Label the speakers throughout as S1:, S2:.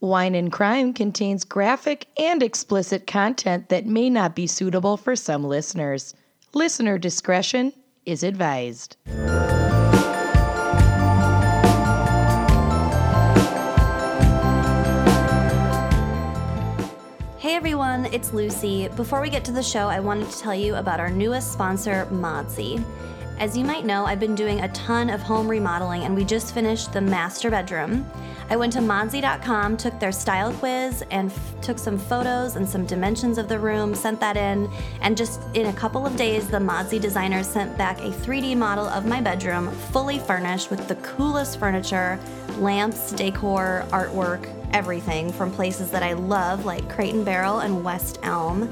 S1: Wine and Crime contains graphic and explicit content that may not be suitable for some listeners. Listener discretion is advised.
S2: Hey everyone, it's Lucy. Before we get to the show, I wanted to tell you about our newest sponsor, Modsy. As you might know, I've been doing a ton of home remodeling and we just finished the master bedroom. I went to Modsy.com, took their style quiz, and f- took some photos and some dimensions of the room, sent that in, and just in a couple of days, the Modsy designers sent back a 3D model of my bedroom, fully furnished with the coolest furniture, lamps, decor, artwork, everything from places that I love, like Crate and Barrel and West Elm.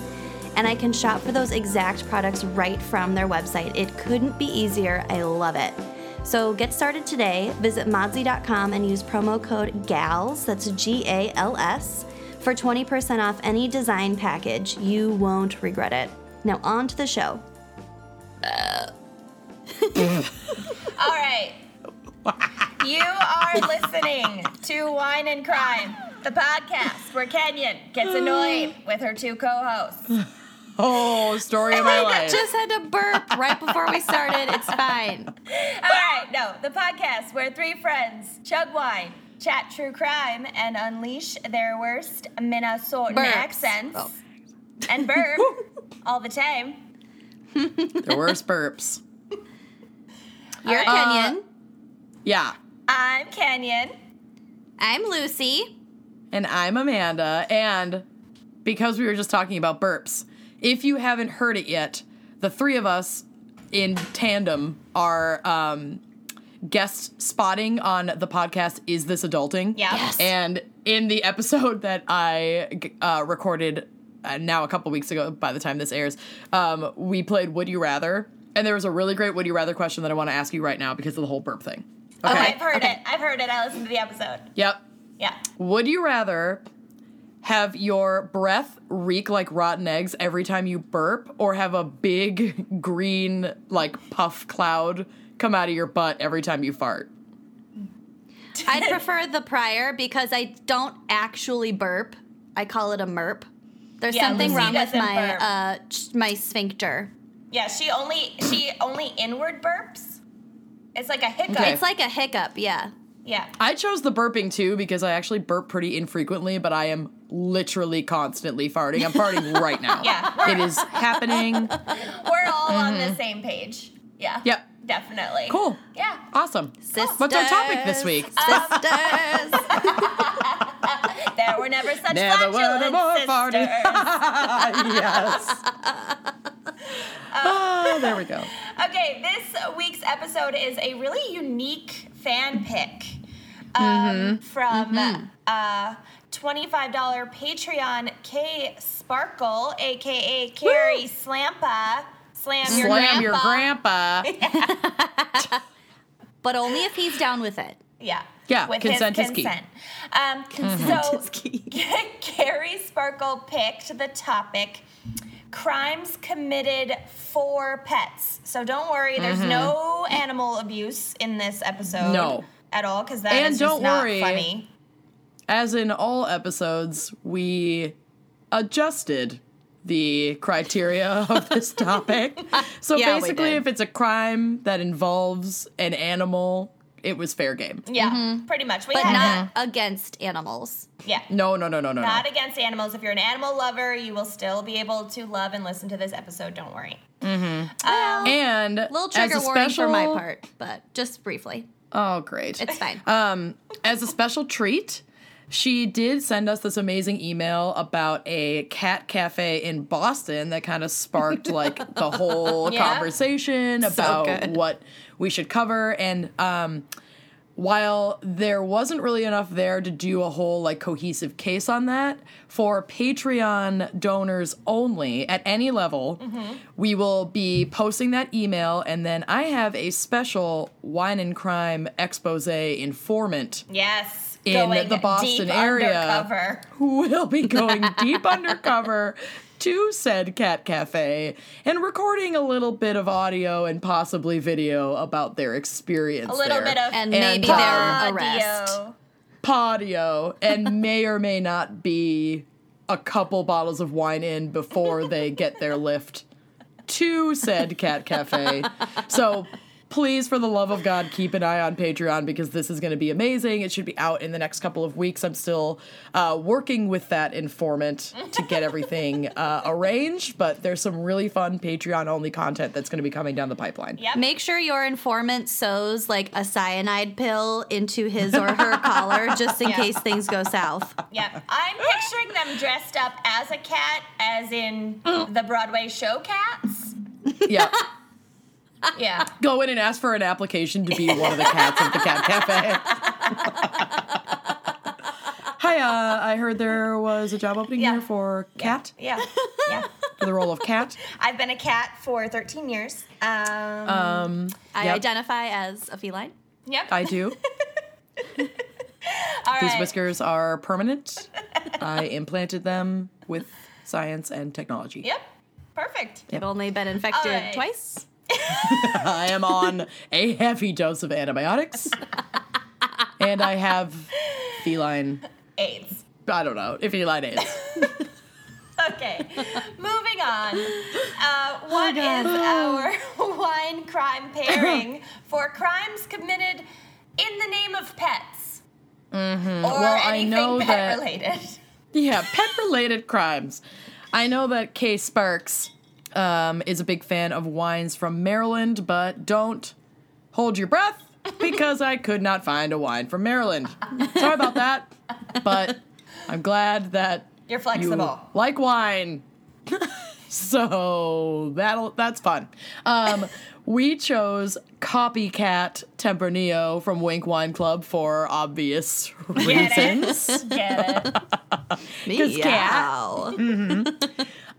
S2: And I can shop for those exact products right from their website. It couldn't be easier. I love it. So get started today. Visit Modsy.com and use promo code GALS, that's G A L S, for 20% off any design package. You won't regret it. Now, on to the show.
S3: All right. You are listening to Wine and Crime, the podcast where Kenyon gets annoyed with her two co-hosts.
S4: Oh, story of my life.
S2: Just had to burp right before we started. It's fine.
S3: All right, no, the podcast where three friends chug wine, chat true crime, and unleash their worst Minnesotan
S2: Burps.
S3: accents
S2: Oh.
S3: and burp all the time.
S4: the worst burps.
S2: You're
S3: All right.
S2: Kenyon.
S4: Yeah.
S3: I'm Kenyon.
S2: I'm Lucy.
S4: And I'm Amanda. And because we were just talking about burps, if you haven't heard it yet, the three of us in tandem are um, guest spotting on the podcast Is This Adulting?
S3: Yeah. Yes.
S4: And in the episode that I g- uh, recorded uh, now a couple weeks ago, by the time this airs, um, we played Would You Rather. And there was a really great Would You Rather question that I want to ask you right now because of the whole burp thing.
S3: Oh, I've heard it. I've heard it. I listened to the episode.
S4: Yep.
S3: Yeah.
S4: Would you rather have your breath reek like rotten eggs every time you burp or have a big green like puff cloud come out of your butt every time you fart?
S2: I'd prefer the prior because I don't actually burp. I call it a merp. There's
S3: Yeah,
S2: something
S3: Lucy
S2: wrong with
S3: doesn't
S2: my
S3: burp.
S2: uh, ch- my sphincter.
S3: Yeah, she only she only inward burps. It's like a hiccup.
S4: Okay.
S2: It's like a hiccup, yeah.
S3: Oh. Yeah.
S4: I chose the burping too because I actually burp pretty infrequently, but I am literally constantly farting. I'm farting right now.
S3: Yeah.
S4: It is happening.
S3: We're all on the same page. Yeah.
S4: Mm-hmm. Yep.
S3: Definitely.
S4: Cool.
S3: Yeah.
S4: Awesome. What's our topic this week?
S2: Sisters.
S3: There were never such
S4: Never were there
S3: flatulent
S4: more
S3: sisters.
S4: farting.
S3: Uh,
S4: yes. oh, there we go.
S3: okay, this week's episode is a really unique fan pick um,
S4: Mm-hmm.
S3: from uh, $25 Patreon K Sparkle, aka Carrie Slampa. Slam, your, grandpa.
S4: Slam your grandpa.
S2: but only if he's down with it.
S3: Yeah.
S4: Yeah,
S3: With
S4: consent
S3: his
S4: is key. Mm-hmm.
S3: consent. Um, so Carrie Sparkle picked the topic crimes committed for pets. So don't worry, there's no animal abuse in this episode.
S4: Mm-hmm. No.
S3: At all, because that is
S4: And
S3: just
S4: don't
S3: not
S4: worry.
S3: funny.
S4: As in all episodes, we adjusted the criteria of this topic. So
S2: Yeah, we
S4: basically,
S2: did.
S4: if it's a crime that involves an animal, it was fair game.
S3: Yeah,
S4: Mm-hmm.
S3: pretty much. We
S2: But
S3: had
S2: not against animals.
S3: that. Yeah.
S4: No, no, no, no, no. no.
S3: Not against animals. If you're an animal lover, you will still be able to love and listen to this episode. Don't worry.
S4: And
S2: Little
S4: as
S2: trigger
S4: a
S2: warning
S4: special,
S2: for my part, but just briefly.
S4: Oh, great.
S2: It's fine.
S4: Um, as a special treat, she did send us this amazing email about a cat cafe in Boston that kind of sparked like the whole
S3: Yeah.
S4: conversation about
S2: good.
S4: what we should cover. And um, while there wasn't really enough there to do a whole like cohesive case on that, for Patreon donors only at any level, we will be posting that email. And then I have a special wine and crime expose informant
S3: Yes.
S4: In
S3: going
S4: the Boston
S3: deep
S4: area.
S3: Undercover.
S4: who will be going deep undercover to said cat cafe and recording a little bit of audio and possibly video about their experience.
S3: A little
S4: there.
S3: bit of
S2: And
S4: And,
S2: maybe
S4: um,
S2: their arrest.
S3: Audio.
S4: patio and may or may not be a couple bottles of wine in before they get their lift to said cat cafe. So please, for the love of God, keep an eye on Patreon because this is going to be amazing. It should be out in the next couple of weeks. I'm still uh, working with that informant to get everything uh, arranged, but there's some really fun Patreon only content that's going to be coming down the pipeline.
S3: Yep.
S2: Make sure your informant sews like a cyanide pill into his or her collar just in
S3: Yeah.
S2: case things go south.
S3: Yeah, I'm picturing them dressed up as a cat, as in the Broadway show cats.
S4: Yeah.
S3: Yeah.
S4: Go in and ask for an application to be one of the cats of the Cat Cafe. Hi, uh, I heard there was a job opening
S3: Yeah.
S4: here for cat,
S3: Yeah. Yeah.
S4: for the role of cat.
S3: I've been a cat for 13 years. Um,
S4: Um,
S2: I
S4: yep,
S2: identify as a feline.
S3: yep.
S4: I do.
S3: All
S4: These
S3: right.
S4: whiskers are permanent. I implanted them with science and technology.
S3: Yep. Perfect.
S2: I've only been infected
S3: All right.
S2: twice.
S4: I am on a heavy dose of antibiotics, and I have feline.
S3: AIDS.
S4: I don't know if feline is.
S3: Okay. Moving on.
S4: Oh,
S3: Uh, what is our wine crime pairing for crimes committed in the name of pets? Mm-hmm. Or
S4: Well, I
S3: anything
S4: know
S3: pet
S4: that-
S3: related.
S4: Yeah, pet related crimes. I know that Kay Sparks um, is a big fan of wines from Maryland, but don't hold your breath because I could not find a wine from Maryland. Sorry about that, but I'm glad that
S3: You're
S4: you
S3: flexible.
S4: like wine. so that'll that's fun. Um, we chose copycat Tempranillo from Wink Wine Club for obvious
S3: Get it.
S4: reasons.
S3: Get it. Uh,
S4: Mm-hmm.
S2: Meow.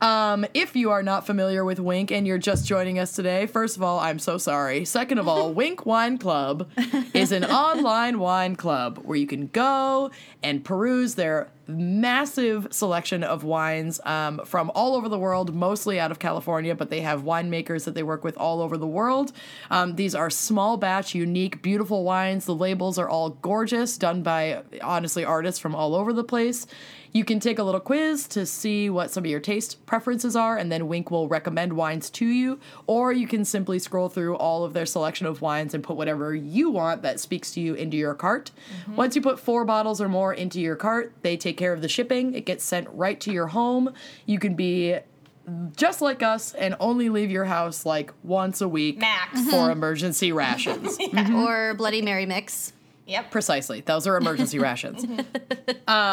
S4: Um, if you are not familiar with Wink and you're just joining us today, first of all, I'm so sorry. Second of all, Wink Wine Club is an online wine club where you can go and peruse their massive selection of wines um, from all over the world, mostly out of California, but they have winemakers that they work with all over the world. Um, these are small batch, unique, beautiful wines. The labels are all gorgeous, done by honestly artists from all over the place. You can take a little quiz to see what some of your taste preferences are, and then Wink will recommend wines to you. Or you can simply scroll through all of their selection of wines and put whatever you want that speaks to you into your cart. Once you put four bottles or more into your cart, they take care of the shipping. It gets sent right to your home. You can be just like us and only leave your house like once a week
S3: Max.
S4: for emergency rations.
S2: Or Bloody Mary mix.
S3: Yep.
S4: Precisely. Those are emergency rations. Um,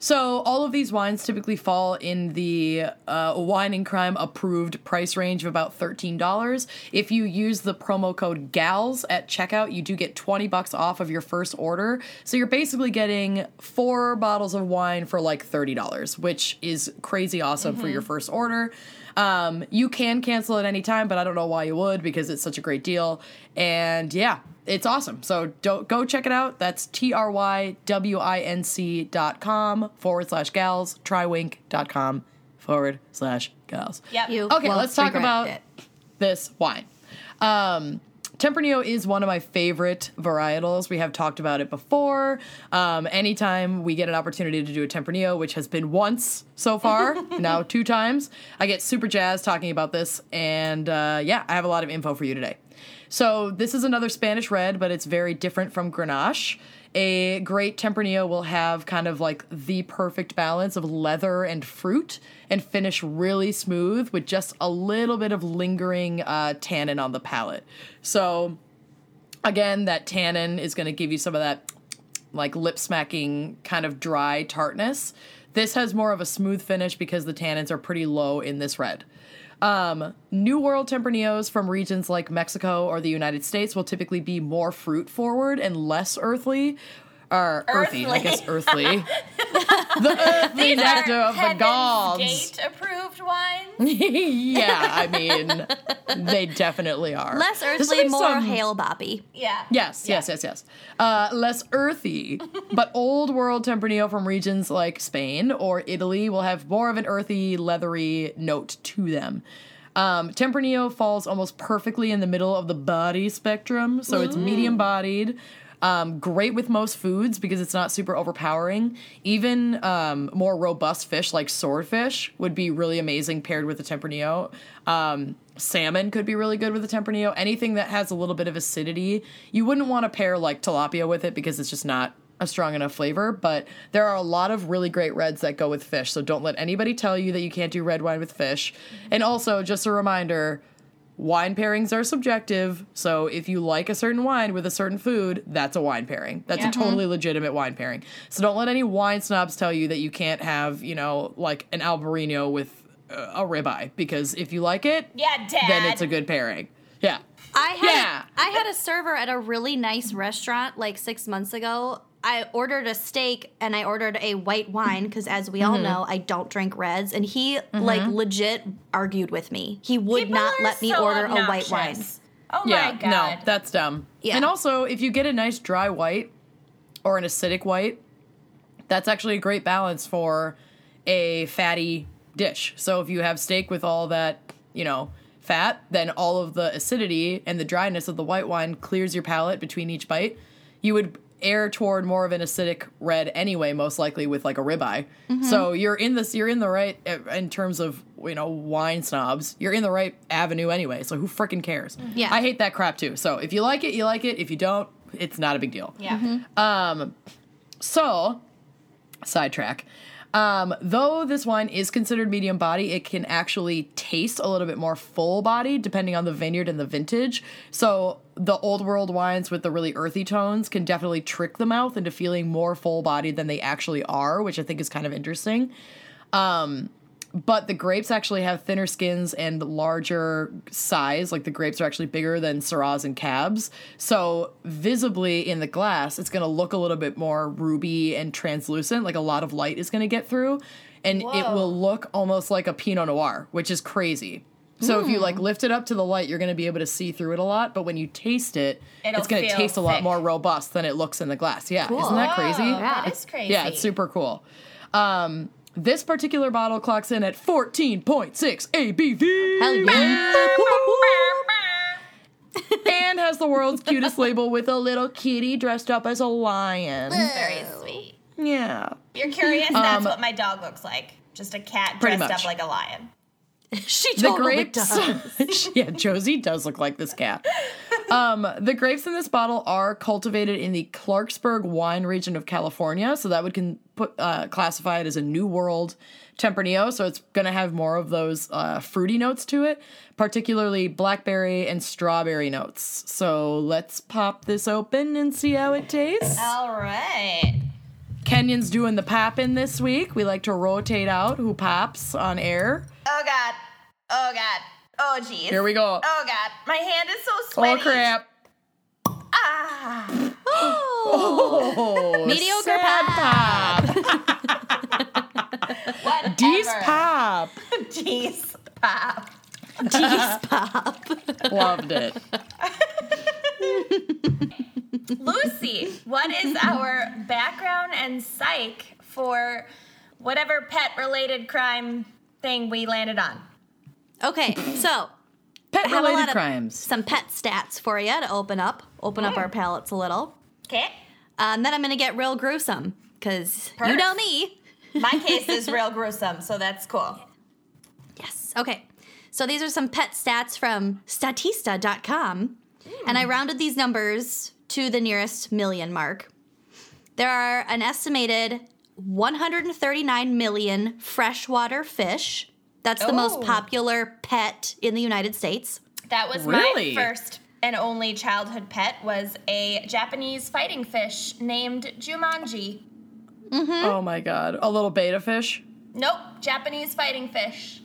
S4: so all of these wines typically fall in the uh, wine and crime approved price range of about $13. If you use the promo code GALS at checkout, you do get 20 bucks off of your first order. So you're basically getting four bottles of wine for like $30, which is crazy awesome for your first order. Um, you can cancel at any time, but I don't know why you would because it's such a great deal. And yeah, it's awesome. So don't, go check it out. That's T R Y W I N C dot com forward slash gals, trywink dot com forward slash gals.
S3: Yep.
S2: You
S4: Okay,
S2: won't
S4: let's talk
S2: regret
S4: about
S2: it.
S4: this wine. Um, Tempranillo is one of my favorite varietals. We have talked about it before. Um, anytime we get an opportunity to do a Tempranillo, which has been once so far, now two times, I get super jazzed talking about this. And uh, yeah, I have a lot of info for you today. So this is another Spanish red, but it's very different from Grenache. A great Tempranillo will have kind of like the perfect balance of leather and fruit and finish really smooth with just a little bit of lingering uh, tannin on the palate. So, again, that tannin is going to give you some of that like lip smacking kind of dry tartness. This has more of a smooth finish because the tannins are pretty low in this red. Um, New World Tempranillos from regions like Mexico or the United States will typically be more fruit forward and less earthly. Or earthy, I
S3: Earthly.
S4: guess earthly. the earthly
S3: These
S4: nectar
S3: are
S4: of the
S3: Heaven's
S4: gods. Mm-hmm.
S3: Gate approved wines.
S4: yeah, I mean, they definitely are.
S2: Less
S4: This will
S2: earthly,
S4: be
S2: more
S4: some-
S2: hail Bobby.
S3: Yeah.
S4: Yes, yes, yes, yes. Uh, less earthy, but old world Tempranillo from regions like Spain or Italy will have more of an earthy, leathery note to them. Um, Tempranillo falls almost perfectly in the middle of the body spectrum, so it's medium bodied. Um, great with most foods because it's not super overpowering. Even um, more robust fish like swordfish would be really amazing paired with a tempranillo. Um, salmon could be really good with a tempranillo. Anything that has a little bit of acidity, you wouldn't want to pair like tilapia with it because it's just not a strong enough flavor, but there are a lot of really great reds that go with fish. So don't let anybody tell you that you can't do red wine with fish. And also, just a reminder wine pairings are subjective. So if you like a certain wine with a certain food, that's a wine pairing. That's a totally legitimate wine pairing. So don't let any wine snobs tell you that you can't have, you know, like an Albarino with uh, a ribeye because if you like it,
S3: Yeah, Dad.
S4: then it's a good pairing. Yeah.
S2: I had
S4: Yeah.
S2: I had a server at a really nice restaurant like six months ago. I ordered a steak and I ordered a white wine because, as we
S4: Mm-hmm.
S2: all know, I don't drink reds. And he like legit argued with me. He would
S3: People
S2: not
S3: are
S2: let me
S3: so
S2: order a white wine.
S3: obnoxious. Oh
S4: Yeah,
S3: my god.
S4: no, that's dumb.
S2: Yeah.
S4: And also, if you get a nice dry white or an acidic white, that's actually a great balance for a fatty dish. So if you have steak with all that, you know, fat, then all of the acidity and the dryness of the white wine clears your palate between each bite. You would err toward more of an acidic red anyway, most likely with like a ribeye. So you're in this, you're in the right eh, in terms of you know wine snobs. You're in the right avenue anyway. So who freaking cares?
S2: Yeah.
S4: I hate that crap too. So if you like it, you like it. If you don't, it's not a big deal.
S3: yeah.
S4: So, sidetrack. Um, though this wine is considered medium body, it can actually taste a little bit more full body depending on the vineyard and the vintage. So, the old world wines with the really earthy tones can definitely trick the mouth into feeling more full bodied than they actually are, which I think is kind of interesting. Um, but the grapes actually have thinner skins and larger size. Like the grapes are actually bigger than Syrahs and Cabs. So visibly in the glass, it's going to look a little bit more ruby and translucent. Like a lot of light is going to get through, and it will look almost like a Pinot Noir, which is crazy. So
S3: Hmm.
S4: if you like lift it up to the light, you're going to be able to see through it a lot. But when you taste it,
S3: It'll
S4: it's going to
S3: feel
S4: taste a lot
S3: thick.
S4: more robust than it looks in the glass. Yeah, isn't that crazy?
S3: Whoa,
S2: Yeah.
S3: That is crazy.
S4: Yeah, it's super cool. Um, this particular bottle clocks in at 14.6 ABV.
S2: Hell yeah.
S4: And has the world's cutest label with a little kitty dressed up as a lion.
S3: Very
S4: Oh.
S3: sweet.
S4: Yeah.
S3: You're curious? That's what my dog looks like. Just a cat
S4: Um, Pretty
S3: dressed
S4: much.
S3: up like a lion.
S2: she
S4: the
S2: totally
S4: grapes.
S2: does.
S4: yeah, Josie does look like this cat. Um, the grapes in this bottle are cultivated in the Clarksburg wine region of California, so that would can put uh, classify it as a New World Tempranillo. So it's going to have more of those uh, fruity notes to it, particularly blackberry and strawberry notes. So let's pop this open and see how it tastes.
S3: All right.
S4: Kenyon's doing the popping this week. We like to rotate out who pops on air.
S3: Oh god. Oh god. Oh jeez.
S4: Here we go.
S3: Oh god. My hand is so
S4: Oh
S3: sweaty.
S4: crap.
S3: Ah.
S4: Oh,
S2: Mediocre
S4: sad pop.
S3: Whatever.
S4: Deez pop.
S3: Jeez. Pop.
S4: Loved it.
S3: Lucy, what is our background and psych for whatever pet related crime thing we landed on?
S2: Okay, so
S4: Pet
S2: I have a lot
S4: related
S2: of
S4: crimes.
S2: some pet stats for you to open up, open up our palates a little,
S3: Okay.
S2: Uh, and then I'm gonna get real gruesome because you
S3: Perf.
S2: know me.
S3: My case is real gruesome, so that's cool.
S2: Yes. Okay. So these are some pet stats from statista.com. And I rounded these numbers to the nearest million mark. There are an estimated 139 million freshwater fish. That's the most
S3: Oh.
S2: popular pet in the United States.
S3: That was
S4: Really?
S3: my first and only childhood pet was a Japanese fighting fish named Jumanji.
S2: Hmm?
S4: Oh my god. A little beta fish.
S3: Nope, Japanese fighting fish.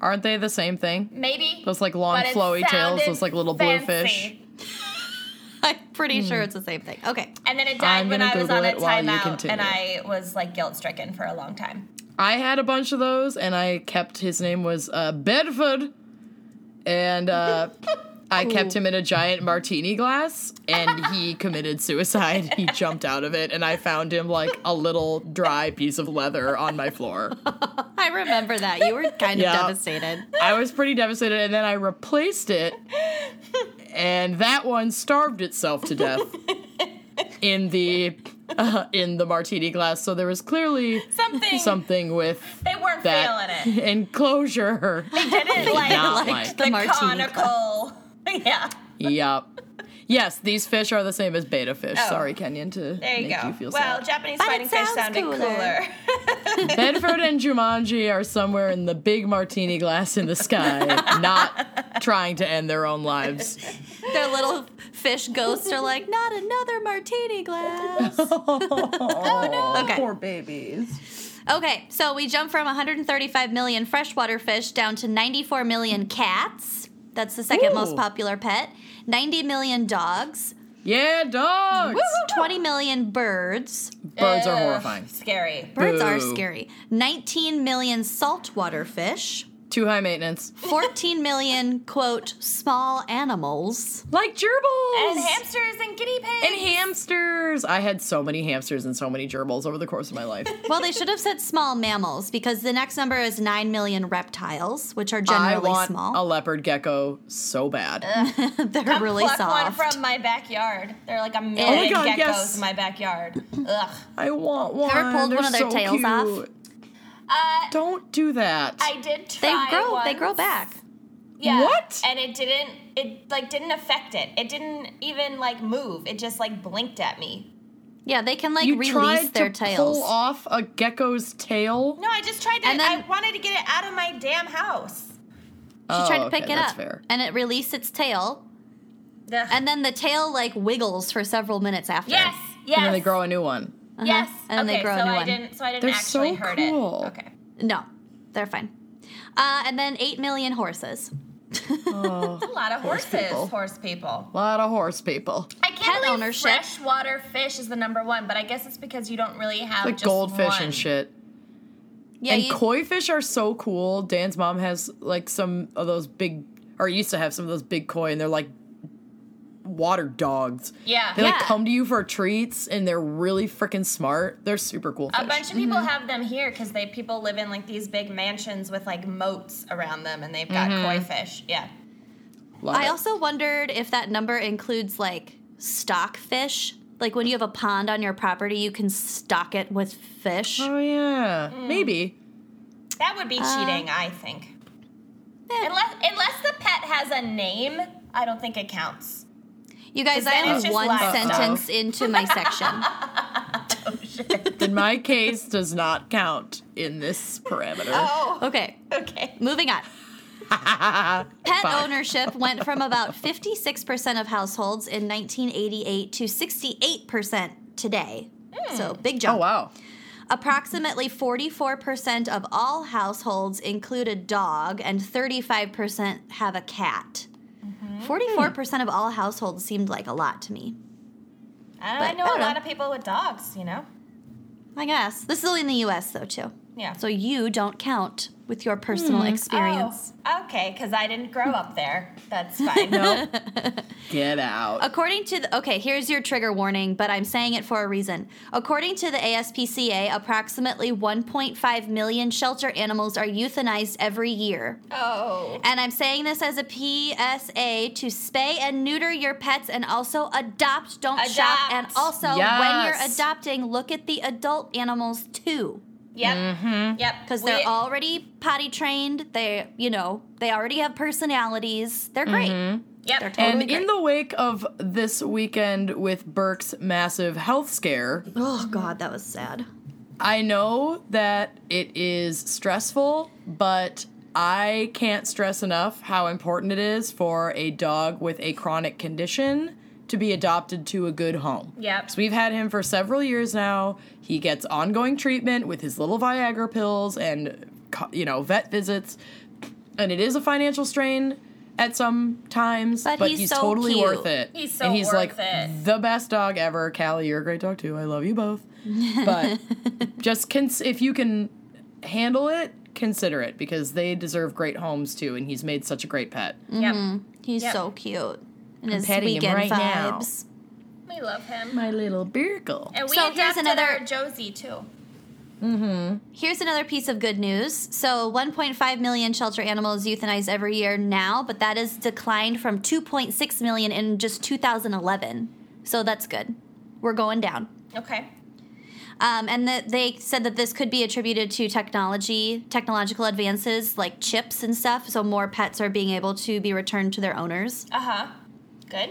S4: Aren't they the same thing?
S3: Maybe.
S4: Those, like, long,
S3: But it
S4: flowy tails,
S3: sounded
S4: those, like, little blue
S3: fancy.
S4: fish.
S2: I'm pretty sure it's the same thing. Okay.
S3: And then it
S4: I'm
S3: died when
S4: gonna
S3: I was
S4: Google
S3: on a
S4: it while you
S3: timeout,
S4: continue.
S3: and I was like guilt stricken for a long time.
S4: I had a bunch of those and I kept his name was uh, Bedford. And uh, I kept him in a giant martini glass and he committed suicide. He jumped out of it and I found him like a little dry piece of leather on my floor.
S2: I remember that. You were kind
S4: Yeah.
S2: of devastated.
S4: I was pretty devastated, and then I replaced it, and that one starved itself to death. in the uh, in the martini glass. So there was clearly
S3: Something-
S4: something with
S3: They weren't
S4: that
S3: feeling it.
S4: enclosure.
S3: Didn't like, like
S4: not like
S2: the
S3: the,
S2: martini
S3: conical. Yeah.
S4: yep. Yes, these fish are the same as beta fish.
S3: Oh.
S4: Sorry, Kenyon, to
S3: There you
S4: make
S3: go.
S4: you feel
S3: well,
S4: sad.
S3: Japanese
S2: it
S3: fighting fish
S2: sounds
S3: sounded
S2: cooler.
S3: cooler.
S4: Bedford and Jumanji are somewhere in the big martini glass in the sky, not trying to end their own lives.
S2: Their little fish ghosts are like, not another martini glass. Okay.
S4: Oh, Poor babies.
S2: Okay, so we jump from 135 million freshwater fish down to 94 million cats. That's the second
S4: Ooh.
S2: most popular pet. 90 million dogs.
S4: Yeah, dogs.
S2: 20 million birds.
S4: Birds are
S3: Ugh,
S4: horrifying.
S3: Scary.
S2: Birds are
S4: Boo.
S2: scary. 19 million saltwater fish.
S4: Too high maintenance.
S2: 14 million, quote, small animals.
S4: Like gerbils.
S3: And hamsters and guinea pigs.
S4: And hamsters. I had so many hamsters and so many gerbils over the course of my life.
S2: Well, they should have said small mammals because the next number is 9 million reptiles, which are
S4: I
S2: generally
S4: want a
S2: small.
S4: leopard gecko so bad.
S2: They're really
S3: pluck
S2: soft. Oh
S3: one from my backyard. There are like a million
S4: God,
S3: geckos
S4: yes.
S3: in my backyard. Ugh.
S4: I want one.
S2: Ever pulled
S4: They're
S2: one of their
S4: so
S2: tails
S4: cute.
S2: off?
S3: Uh,
S4: Don't do that.
S3: I did
S2: they
S3: try.
S2: grow, they
S3: once.
S2: grow back.
S3: Yeah.
S4: What?
S3: And it didn't. It like didn't affect it. It didn't even like move. It just like blinked at me.
S2: Yeah, they can like
S4: you
S2: release
S4: tried
S2: their
S4: to
S2: tails.
S4: pull off a gecko's tail.
S3: No, I just tried to.
S2: And then-
S3: I wanted to get it out of my damn house.
S2: She
S4: Oh,
S2: tried to
S4: okay,
S2: pick it
S4: that's
S2: up,
S4: fair.
S2: and it released its tail,
S3: Ugh.
S2: and then the tail like wiggles for several minutes after. Uh-huh.
S3: yes. Yes.
S4: And then they grow a new one.
S3: Yes.
S2: and then they
S3: okay,
S2: grow a
S3: so
S2: new
S3: I
S2: one.
S3: didn't. So I didn't
S4: They're so
S3: actually hurt
S4: cool.
S3: it. Okay.
S2: No, they're fine. Uh, and then eight million horses.
S3: A lot of horses.
S4: people.
S3: Horse people.
S4: A lot of horse people.
S3: I can't
S2: Pet
S3: believe
S2: ownership.
S3: freshwater fish is the number one, but I guess it's because you don't really have
S4: Like
S3: just
S4: goldfish
S3: one.
S4: and shit.
S2: Yeah,
S4: and
S2: you,
S4: koi fish are so cool. Dan's mom has like some of those big, or used to have some of those big koi, and they're like water dogs.
S3: Yeah.
S4: They like
S2: Yeah.
S4: come to you for treats, and they're really freaking smart. They're super cool.
S2: Uh,
S4: Fish.
S3: A bunch
S2: Mm-hmm.
S3: of people have them here because they people live in like these big mansions with like moats around them, and they've
S4: Mm-hmm.
S3: got koi fish. Yeah.
S4: Love
S2: I
S4: it.
S2: also wondered if that number includes like stock fish. Like when you have a pond on your property, you can stock it with fish.
S4: Oh yeah,
S2: Mm.
S4: maybe.
S3: That would be
S2: Uh,
S3: cheating, I think.
S2: Eh.
S3: Unless unless the pet has a name, I don't think it counts.
S2: You guys,
S3: Then
S2: I
S3: it's
S2: am
S3: just
S2: one
S3: livestock.
S2: sentence into my section.
S4: In my case, does not count in this parameter.
S2: Oh. Okay,
S3: Okay.
S2: moving on. Pet
S4: Fuck.
S2: ownership went from about 56% of households in 1988 to 68% today. So big
S4: Oh
S2: jump.
S4: wow.
S2: Approximately 44% of all households include a dog and 35% have a cat. 44% of all households seemed like a lot to me.
S3: I
S2: But
S3: know
S2: I
S3: a
S2: don't
S3: lot
S2: know.
S3: of people with dogs, you know?
S2: I guess. This is only in the US though, too.
S3: Yeah.
S2: So you don't count with your personal experience.
S3: Oh, okay, because I didn't grow up there. That's fine.
S4: No. Get out.
S2: According to the, okay, here's your trigger warning, but I'm saying it for a reason. According to the ASPCA, approximately 1.5 million shelter animals are euthanized every year.
S3: Oh.
S2: And I'm saying this as a PSA to spay and neuter your pets and also adopt, don't shop.
S3: Adopt.
S2: And also, when you're
S4: Yes.
S2: adopting, look at the adult animals too.
S3: Yep.
S4: Mm-hmm.
S3: Yep.
S2: Because
S3: We-
S2: they're already potty trained. They, you know, they already have personalities. They're great.
S3: Yep.
S2: They're totally
S4: Mm-hmm. And
S2: great.
S4: in the wake of this weekend with Burke's massive health scare,
S2: oh, God, that was sad.
S4: I know that it is stressful, but I can't stress enough how important it is for a dog with a chronic condition to be adopted to a good home.
S3: Yep.
S4: So we've had him for several years now. He gets ongoing treatment with his little Viagra pills and co- you know, vet visits. And it is a financial strain at some times,
S2: But
S4: but,
S2: he's
S4: he's,
S2: so
S4: totally
S2: cute.
S4: worth it.
S3: He's so
S4: and he's
S3: worth
S4: like
S3: it.
S4: the best dog ever. Callie, you're a great dog too. I love you both. But just cons- if you can handle it, consider it because they deserve great homes too. And he's made such a great pet.
S3: Yep.
S2: He's
S3: Yep.
S2: so cute. And his
S4: petting him
S2: weekend
S4: right now.
S2: vibes.
S3: We love him.
S4: My little Birkle.
S3: and we
S2: So
S3: adopted
S2: here's another-
S3: our Josie too.
S2: Here's another piece of good news. So, 1.5 million shelter animals euthanized every year now, but that has declined from 2.6 million in just 2011. So, that's good. We're going down.
S3: Okay.
S2: Um, and that they said that this could be attributed to technology, technological advances like chips and stuff. So more pets are being able to be returned to their owners.
S3: Uh huh. Good.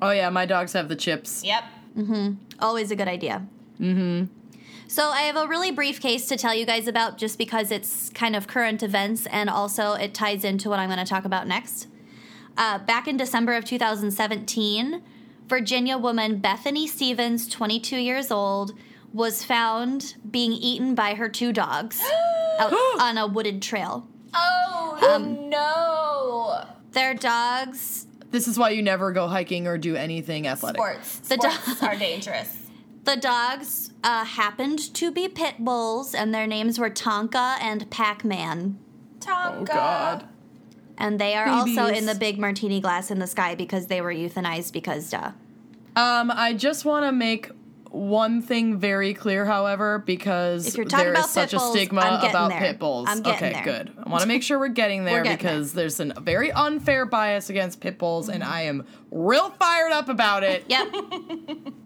S4: Oh yeah, my dogs have the chips.
S3: Yep.
S2: Always a good idea. Mm-hmm. So I have a really brief case to tell you guys about, just because it's kind of current events and also it ties into what I'm going to talk about next. Uh, back in December of 2017, Virginia woman Bethany Stevens, 22 years old, was found being eaten by her two dogs out on a wooded trail.
S3: Oh
S2: Um,
S3: no.
S2: Their dogs,
S4: This is why you never go hiking or do anything athletic.
S3: Sports.
S2: The
S3: Sports
S2: dog-
S3: are dangerous.
S2: the dogs uh, happened to be pit bulls, and their names were Tonka and Pac Man.
S3: Tonka.
S4: Oh god.
S2: And they are also
S4: Babies.
S2: in the big martini glass in the sky because they were euthanized because duh.
S4: Um, I just want to make one thing very clear, however, because
S2: If you're talking
S4: there
S2: about
S4: is such
S2: pit bulls,
S4: a stigma
S2: I'm getting
S4: about
S2: there.
S4: pit bulls.
S2: I'm getting
S4: okay,
S2: there.
S4: good. I want to make sure we're getting there
S2: getting
S4: because there's a very unfair bias against pit bulls, and I am real fired up about it.
S2: Yep.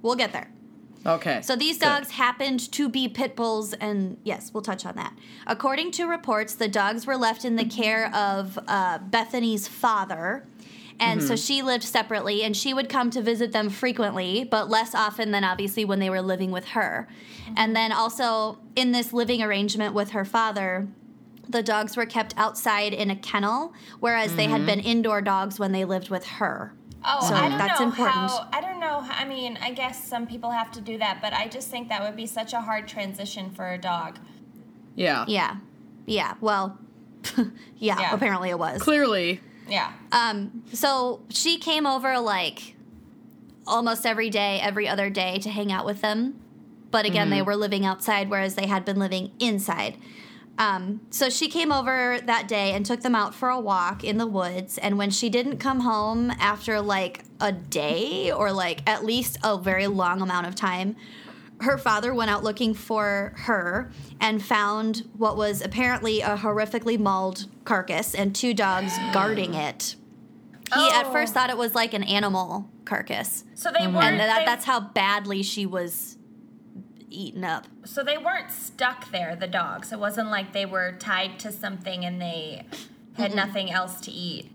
S2: we'll get there.
S4: Okay.
S2: So these
S4: good.
S2: dogs happened to be pit bulls, and yes, we'll touch on that. According to reports, the dogs were left in the care of uh, Bethany's father, and so she lived separately, and she would come to visit them frequently, but less often than obviously when they were living with her. And then also in this living arrangement with her father, the dogs were kept outside in a kennel, whereas they had been indoor dogs when they lived with her.
S3: Oh,
S2: So
S3: I don't
S2: that's
S3: know
S2: important.
S3: how. I don't know. How, I mean, I guess some people have to do that, but I just think that would be such a hard transition for a dog.
S4: Yeah.
S2: Yeah. Yeah. Well, yeah,
S3: Yeah.
S2: apparently it was.
S4: Clearly.
S3: Yeah.
S2: Um, so she came over like almost every day, every other day to hang out with them. But again, they were living outside, whereas they had been living inside. Um, so she came over that day and took them out for a walk in the woods. And when she didn't come home after like a day or like at least a very long amount of time, her father went out looking for her and found what was apparently a horrifically mauled carcass and two dogs guarding it. He at
S3: Oh.
S2: first thought it was like an animal carcass,
S3: So they weren't.
S2: Mm-hmm. and that,
S3: Mm. they-
S2: that's how badly she was eaten up.
S3: so they weren't stuck there. The dogs. It wasn't like they were tied to something and they had nothing else to eat.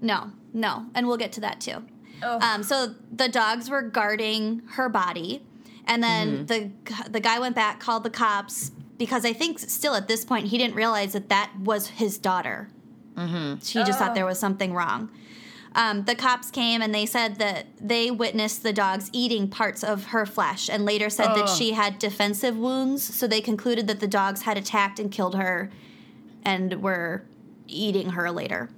S2: No, no, and we'll get to that too.
S3: Oh.
S2: Um, so the dogs were guarding her body, and then the the guy went back, called the cops because I think still at this point he didn't realize that that was his daughter. Mm-hmm. She just thought
S3: Oh.
S2: there was something wrong. Um, the cops came and they said that they witnessed the dogs eating parts of her flesh, and later said that
S4: Ugh.
S2: she
S3: Oh.
S2: had defensive wounds. So they concluded that the dogs had attacked and killed her, and were eating her later.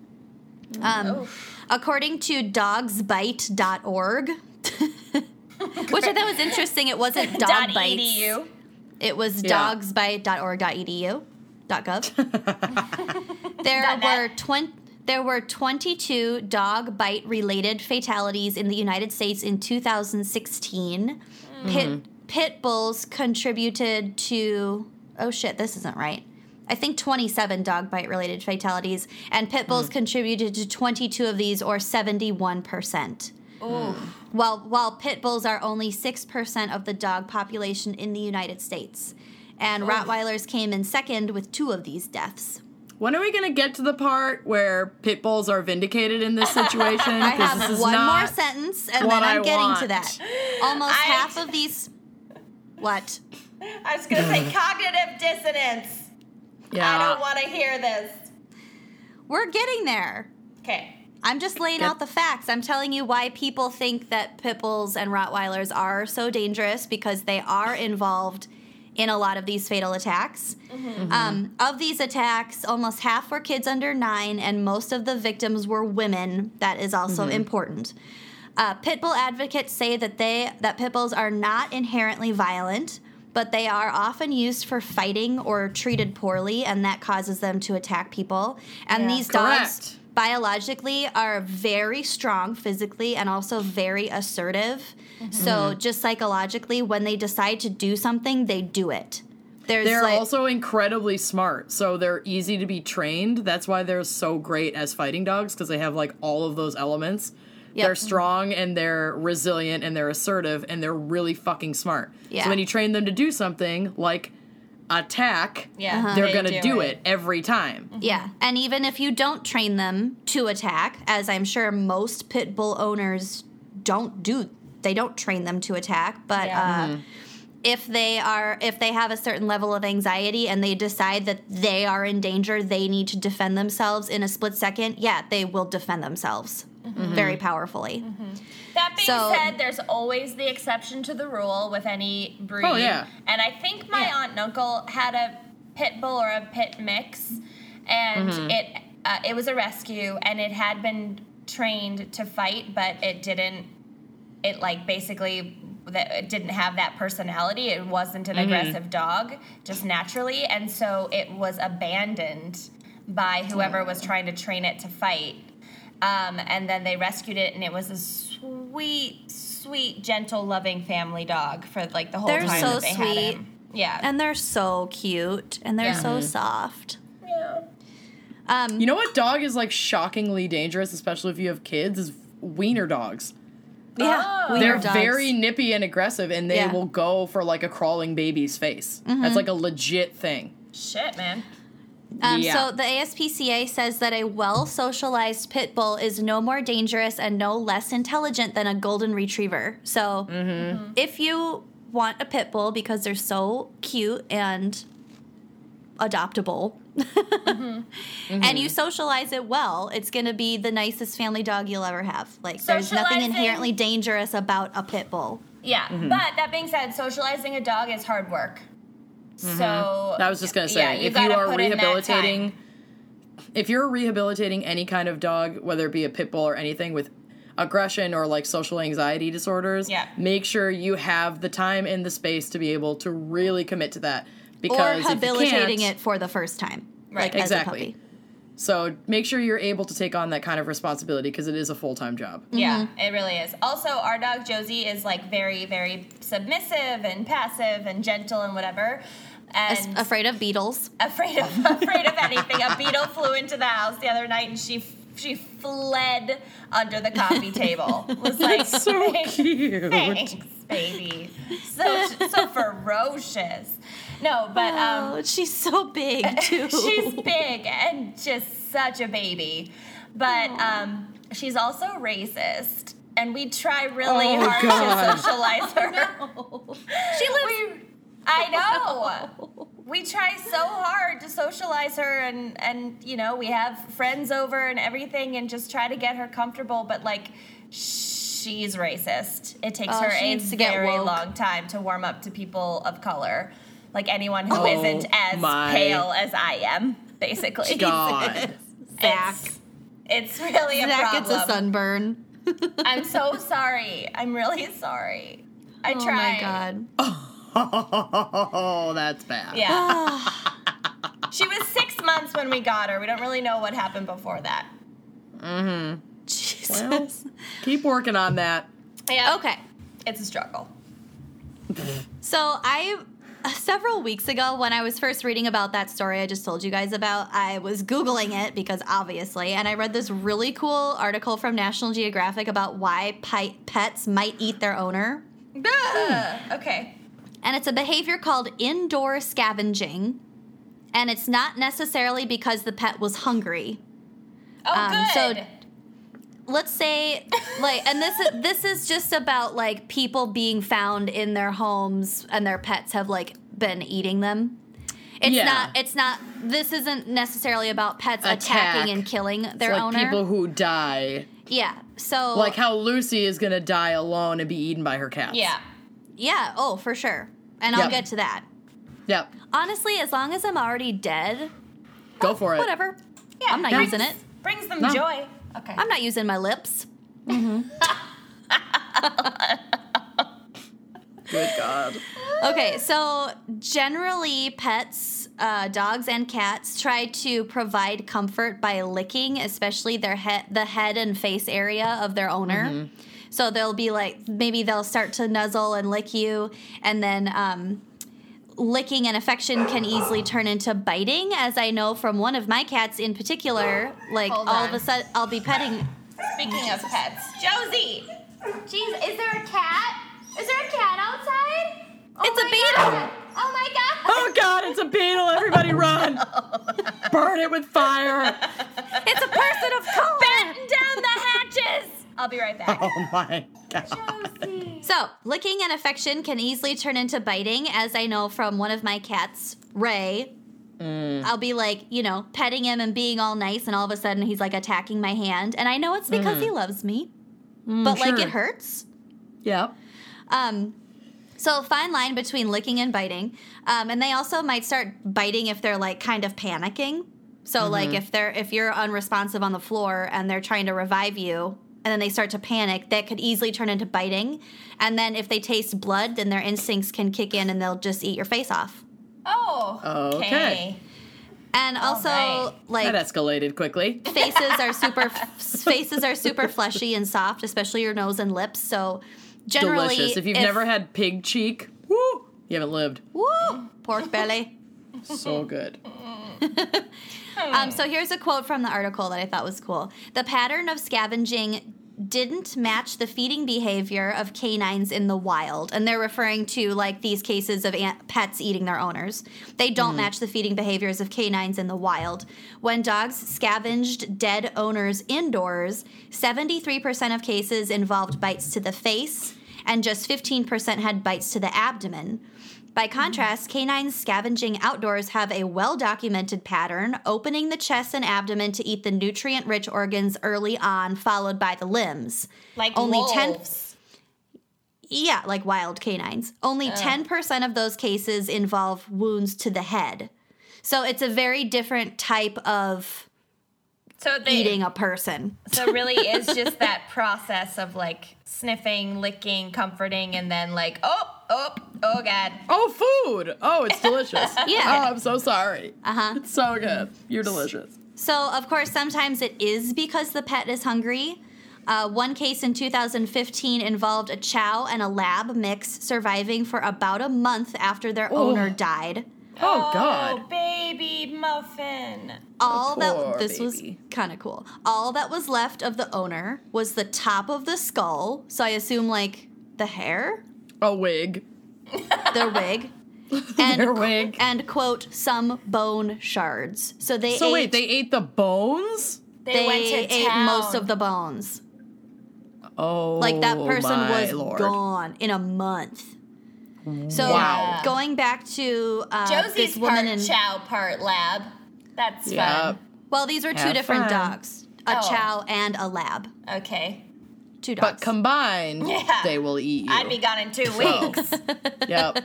S2: Um,
S3: Oh.
S2: According to dogsbite.org, which I thought was interesting, it wasn't dog
S3: Dot E
S2: bites.
S3: edu.
S2: It was
S4: Yeah.
S2: dogsbite.org.edu. .gov. there
S3: Dot
S2: were
S3: net.
S2: 20, there were 22 dog bite related fatalities in the United States in 2016. Pit pit bulls contributed to oh shit, this isn't right. I think 27 dog bite related fatalities and pit bulls contributed to 22 of these or 71%. While while pit bulls are only 6% of the dog population in the United States.
S4: Oh.
S2: And Rottweilers came in second with two of these deaths.
S4: When are we gonna get to the part where pit bulls are vindicated in this situation?
S2: I
S4: 'Cause
S2: have
S4: this is
S2: one more
S4: not-
S2: sentence and
S4: what
S2: then I'm
S4: I
S2: getting to
S4: want.
S2: that. Almost
S3: I-
S2: half of these what?
S3: I was gonna say cognitive dissonance.
S4: Yeah.
S3: I don't want to hear this.
S2: We're getting there.
S3: Okay.
S2: I'm just laying
S4: Yep.
S2: out the facts. I'm telling you why people think that pit bulls and Rottweilers are so dangerous because they are involved in a lot of these fatal attacks.
S4: Mm-hmm.
S2: Um, of these attacks, almost half were kids under nine, and most of the victims were women. That is also
S4: Mm-hmm.
S2: important. Uh, pit bull advocates say that they that pit bulls are not inherently violent, but they are often used for fighting or treated poorly, and that causes them to attack people. And these dogs
S4: Correct.
S2: biologically are very strong physically and also very assertive.
S4: Mm-hmm.
S2: So just psychologically, when they decide to do something, they do it. There's
S4: They're
S2: like,
S4: also incredibly smart, so they're easy to be trained. That's why they're so great as fighting dogs because they have like all of those elements.
S2: Yep.
S4: They're strong and they're resilient and they're assertive and they're really fucking smart.
S2: Yeah.
S4: So when you train them to do something like attack,
S3: Yeah, Uh-huh.
S4: they're
S3: they
S4: gonna
S3: do
S4: do
S3: it.
S4: it every time.
S2: Yeah, and even if you don't train them to attack, as I'm sure most pit bull owners don't do, they don't train them to attack. But
S3: Yeah.
S2: uh, if they are, if they have a certain level of anxiety and they decide that they are in danger, they need to defend themselves in a split second. Yeah, they will defend themselves very powerfully.
S3: That being
S2: So-
S3: said, there's always the exception to the rule with any breed.
S4: Oh, yeah.
S3: And I think my
S2: Yeah.
S3: aunt and uncle had a pit bull or a pit mix, and
S4: Mm-hmm.
S3: it uh, it was a rescue, and it had been trained to fight, but it didn't. It like basically that it didn't have that personality. It wasn't an
S4: Mm-hmm.
S3: aggressive dog, just naturally, and so it was abandoned by whoever was trying to train it to fight. Um, and then they rescued it, and it was a sweet, sweet, gentle, loving family dog for like the whole
S2: They're
S3: time
S2: so
S3: that they had
S2: sweet.
S3: him. Yeah.
S2: And they're so cute and they're so soft.
S3: yeah.
S2: Um,
S4: You know what dog is like shockingly dangerous, especially if you have kids, is wiener dogs.
S2: yeah,
S3: Oh.
S2: wiener
S4: They're
S2: dogs.
S4: very nippy and aggressive, and they
S2: Yeah. Mm-hmm.
S4: will go for like a crawling baby's face. That's like a legit thing.
S3: Shit, man.
S2: Um,
S4: Yeah.
S2: So the ASPCA says that a well socialized pit bull is no more dangerous and no less intelligent than a golden retriever. So
S4: Mm-hmm.
S2: if you want a pit bull because they're so cute and adoptable,
S4: Mm-hmm.
S2: and you socialize it well, it's going to be the nicest family dog you'll ever have. Like there's nothing
S3: Socializing-
S2: inherently dangerous about a pit bull.
S3: Yeah.
S4: Mm-hmm.
S3: But that being said, socializing a dog is hard work. So
S4: I Mm-hmm. was just gonna say,
S3: yeah,
S4: if you
S3: gotta
S4: are
S3: put in that
S4: rehabilitating,
S3: time.
S4: if you're rehabilitating any kind of dog, whether it be a pit bull or anything with aggression or like social anxiety disorders,
S3: Yeah.
S4: make sure you have the time and the space to be able to really commit to that. Because
S2: or
S4: if you
S2: habilitating
S4: can't-
S2: it for the first time.
S3: Right.
S2: Like as a
S4: Exactly.
S2: puppy.
S4: So make sure you're able to take on that kind of responsibility because it is a full time job.
S3: yeah, it really is. Also, our dog Josie is like very, very submissive and passive and gentle and whatever,
S2: As-
S3: and
S2: afraid of beetles.
S3: afraid of afraid of anything. A beetle flew into the house the other night, and she she fled under the coffee table. Was like
S4: So cute.
S3: Thanks, baby. So so ferocious. No, but um,
S2: oh, she's so big too.
S3: she's big and just such a baby. But um, she's also racist, and we try really
S4: Oh,
S3: hard
S4: God.
S3: to socialize her. she lives. I know. We try so hard to socialize her, and and you know we have friends over and everything, and just try to get her comfortable. But like, she's racist. It takes
S2: Oh,
S3: her
S2: she
S3: a
S2: needs to get
S3: very
S2: woke.
S3: long time to warm up to people of color, like anyone who
S4: Oh,
S3: not as
S4: my.
S3: pale as I am, basically.
S4: God.
S2: Zach.
S3: It's, it's really a
S2: Zach gets
S3: problem.
S2: a sunburn. Oh
S3: I'm so sorry. I'm really sorry. I
S2: oh
S3: tried.
S2: my god.
S4: Oh, that's bad.
S3: Yeah.
S2: Ah,
S3: she was six months when we got her. We don't really know what happened before that.
S2: Jesus.
S4: Well, keep working on that.
S3: Yeah.
S2: Okay.
S3: It's a struggle.
S2: So I several weeks ago when I was first reading about that story I just told you guys about, I was googling it because obviously, and I read this really cool article from National Geographic about why pi- pets might eat their owner.
S3: Ah, okay.
S2: And it's a behavior called indoor scavenging. And it's not necessarily because the pet was hungry.
S3: Oh,
S2: Um,
S3: good.
S2: so- let's say like and this is this is just about like people being found in their homes and their pets have like been eating them it's
S4: Yeah.
S2: not it's not this isn't necessarily about pets attacking
S4: Attack.
S2: and killing
S4: It's
S2: their
S4: like
S2: owner
S4: people who die.
S2: yeah so
S4: Like how Lucy is gonna die alone and be eaten by her cats.
S3: yeah.
S2: yeah oh for sure and i'll
S4: Yep.
S2: get to that
S4: Yep.
S2: honestly as long as i'm already dead
S4: Go for it.
S2: whatever
S3: Yeah.
S2: i'm not
S3: brings,
S2: using it Ah.
S3: Brings them
S4: No.
S3: joy. Okay.
S2: i'm not using my lips
S4: Good God.
S2: Okay, so generally, pets, uh, dogs, and cats try to provide comfort by licking, especially their head, the head and face area of their owner. So they'll be like, maybe they'll start to nuzzle and lick you, and then um, licking and affection can easily turn into biting, as I know from one of my cats in particular. Like
S3: Hold
S2: all
S3: on.
S2: of a sudden, I'll be petting.
S3: Speaking of pets, Josie.
S5: Jeez, is there a cat? Is there a cat outside? Oh
S2: It's a
S5: my
S2: beetle.
S5: God. Oh my god.
S4: Oh God, it's a beetle! Everybody run! Burn it with fire!
S2: It's a person of color.
S3: Batten down the hatches. I'll be right back.
S4: Oh my God!
S5: Josie.
S2: So, licking and affection can easily turn into biting, as I know from one of my cats, Ray. I'll be like, you know, petting him and being all nice, and all of a sudden he's like attacking my hand. And I know it's because he loves me, but like
S4: sure.
S2: it hurts.
S4: Yep.
S2: Um, so, fine line between licking and biting. Um, and they also might start biting if they're like kind of panicking. So,
S4: Mm-hmm.
S2: like if they're if you're unresponsive on the floor and they're trying to revive you, and then they start to panic, that could easily turn into biting. And then if they taste blood, then their instincts can kick in and they'll just eat your face off.
S3: Oh.
S4: Okay.
S2: And also,
S3: right.
S2: like
S4: Oh, That escalated quickly.
S2: faces are super faces are super fleshy and soft, especially your nose and lips. So, generally,
S4: Delicious. If you've never had pig cheek, woo, you haven't lived.
S2: woo, pork belly.
S4: So good.
S2: Um, so here's a quote from the article that I thought was cool. The pattern of scavenging didn't match the feeding behavior of canines in the wild, and they're referring to like these cases of ant- pets eating their owners. They don't match the feeding behaviors of canines in the wild. When dogs scavenged dead owners indoors, 73% of cases involved bites to the face, and just 15% had bites to the abdomen. By contrast, canines scavenging outdoors have a well documented pattern, opening the chest and abdomen to eat the nutrient rich organs early on, followed by the limbs.
S3: Like
S2: Only
S3: wolves.
S2: 10 Yeah, like wild canines. Only 10% of those cases involve wounds to the head. So it's a very different type of
S3: So they,
S2: eating a person.
S3: So it really is just that process of like sniffing, licking, comforting, and then like, oh, oh, oh god.
S4: Oh, food! Oh, it's delicious.
S2: Yeah.
S4: Oh, I'm so sorry. Uh huh. It's so good. You're delicious.
S2: So, of course, sometimes it is because the pet is hungry. Uh, one case in 2015 involved a chow and a lab mix surviving for about a month after their owner died.
S4: Oh, God.
S3: Oh, baby muffin.
S2: All
S4: poor
S2: that this
S4: baby.
S2: was kind of cool. All that was left of the owner was the top of the skull. So I assume like the hair,
S4: A wig.
S2: their wig, and
S4: Their wig.
S2: and quote some bone shards. So they
S4: So
S2: ate,
S4: wait, they ate the bones?
S3: They,
S2: they
S3: went to
S2: ate
S3: town.
S2: most of the bones.
S4: Oh,
S2: Like that person
S4: my
S2: was
S4: Lord.
S2: gone in a month. So
S4: Wow.
S2: going back to uh,
S3: Josie's
S2: this woman
S3: part
S2: in
S3: chow, part lab. That's
S4: Yeah.
S3: fun.
S2: well, these were two
S4: Have
S2: different
S4: fun.
S2: dogs, a
S3: Oh.
S2: Chow and a Lab.
S3: Okay.
S2: Two dogs.
S4: But combined,
S3: Yeah.
S4: they will eat you. Oh.
S3: I'd be gone in two
S4: So,
S3: weeks.
S4: yep.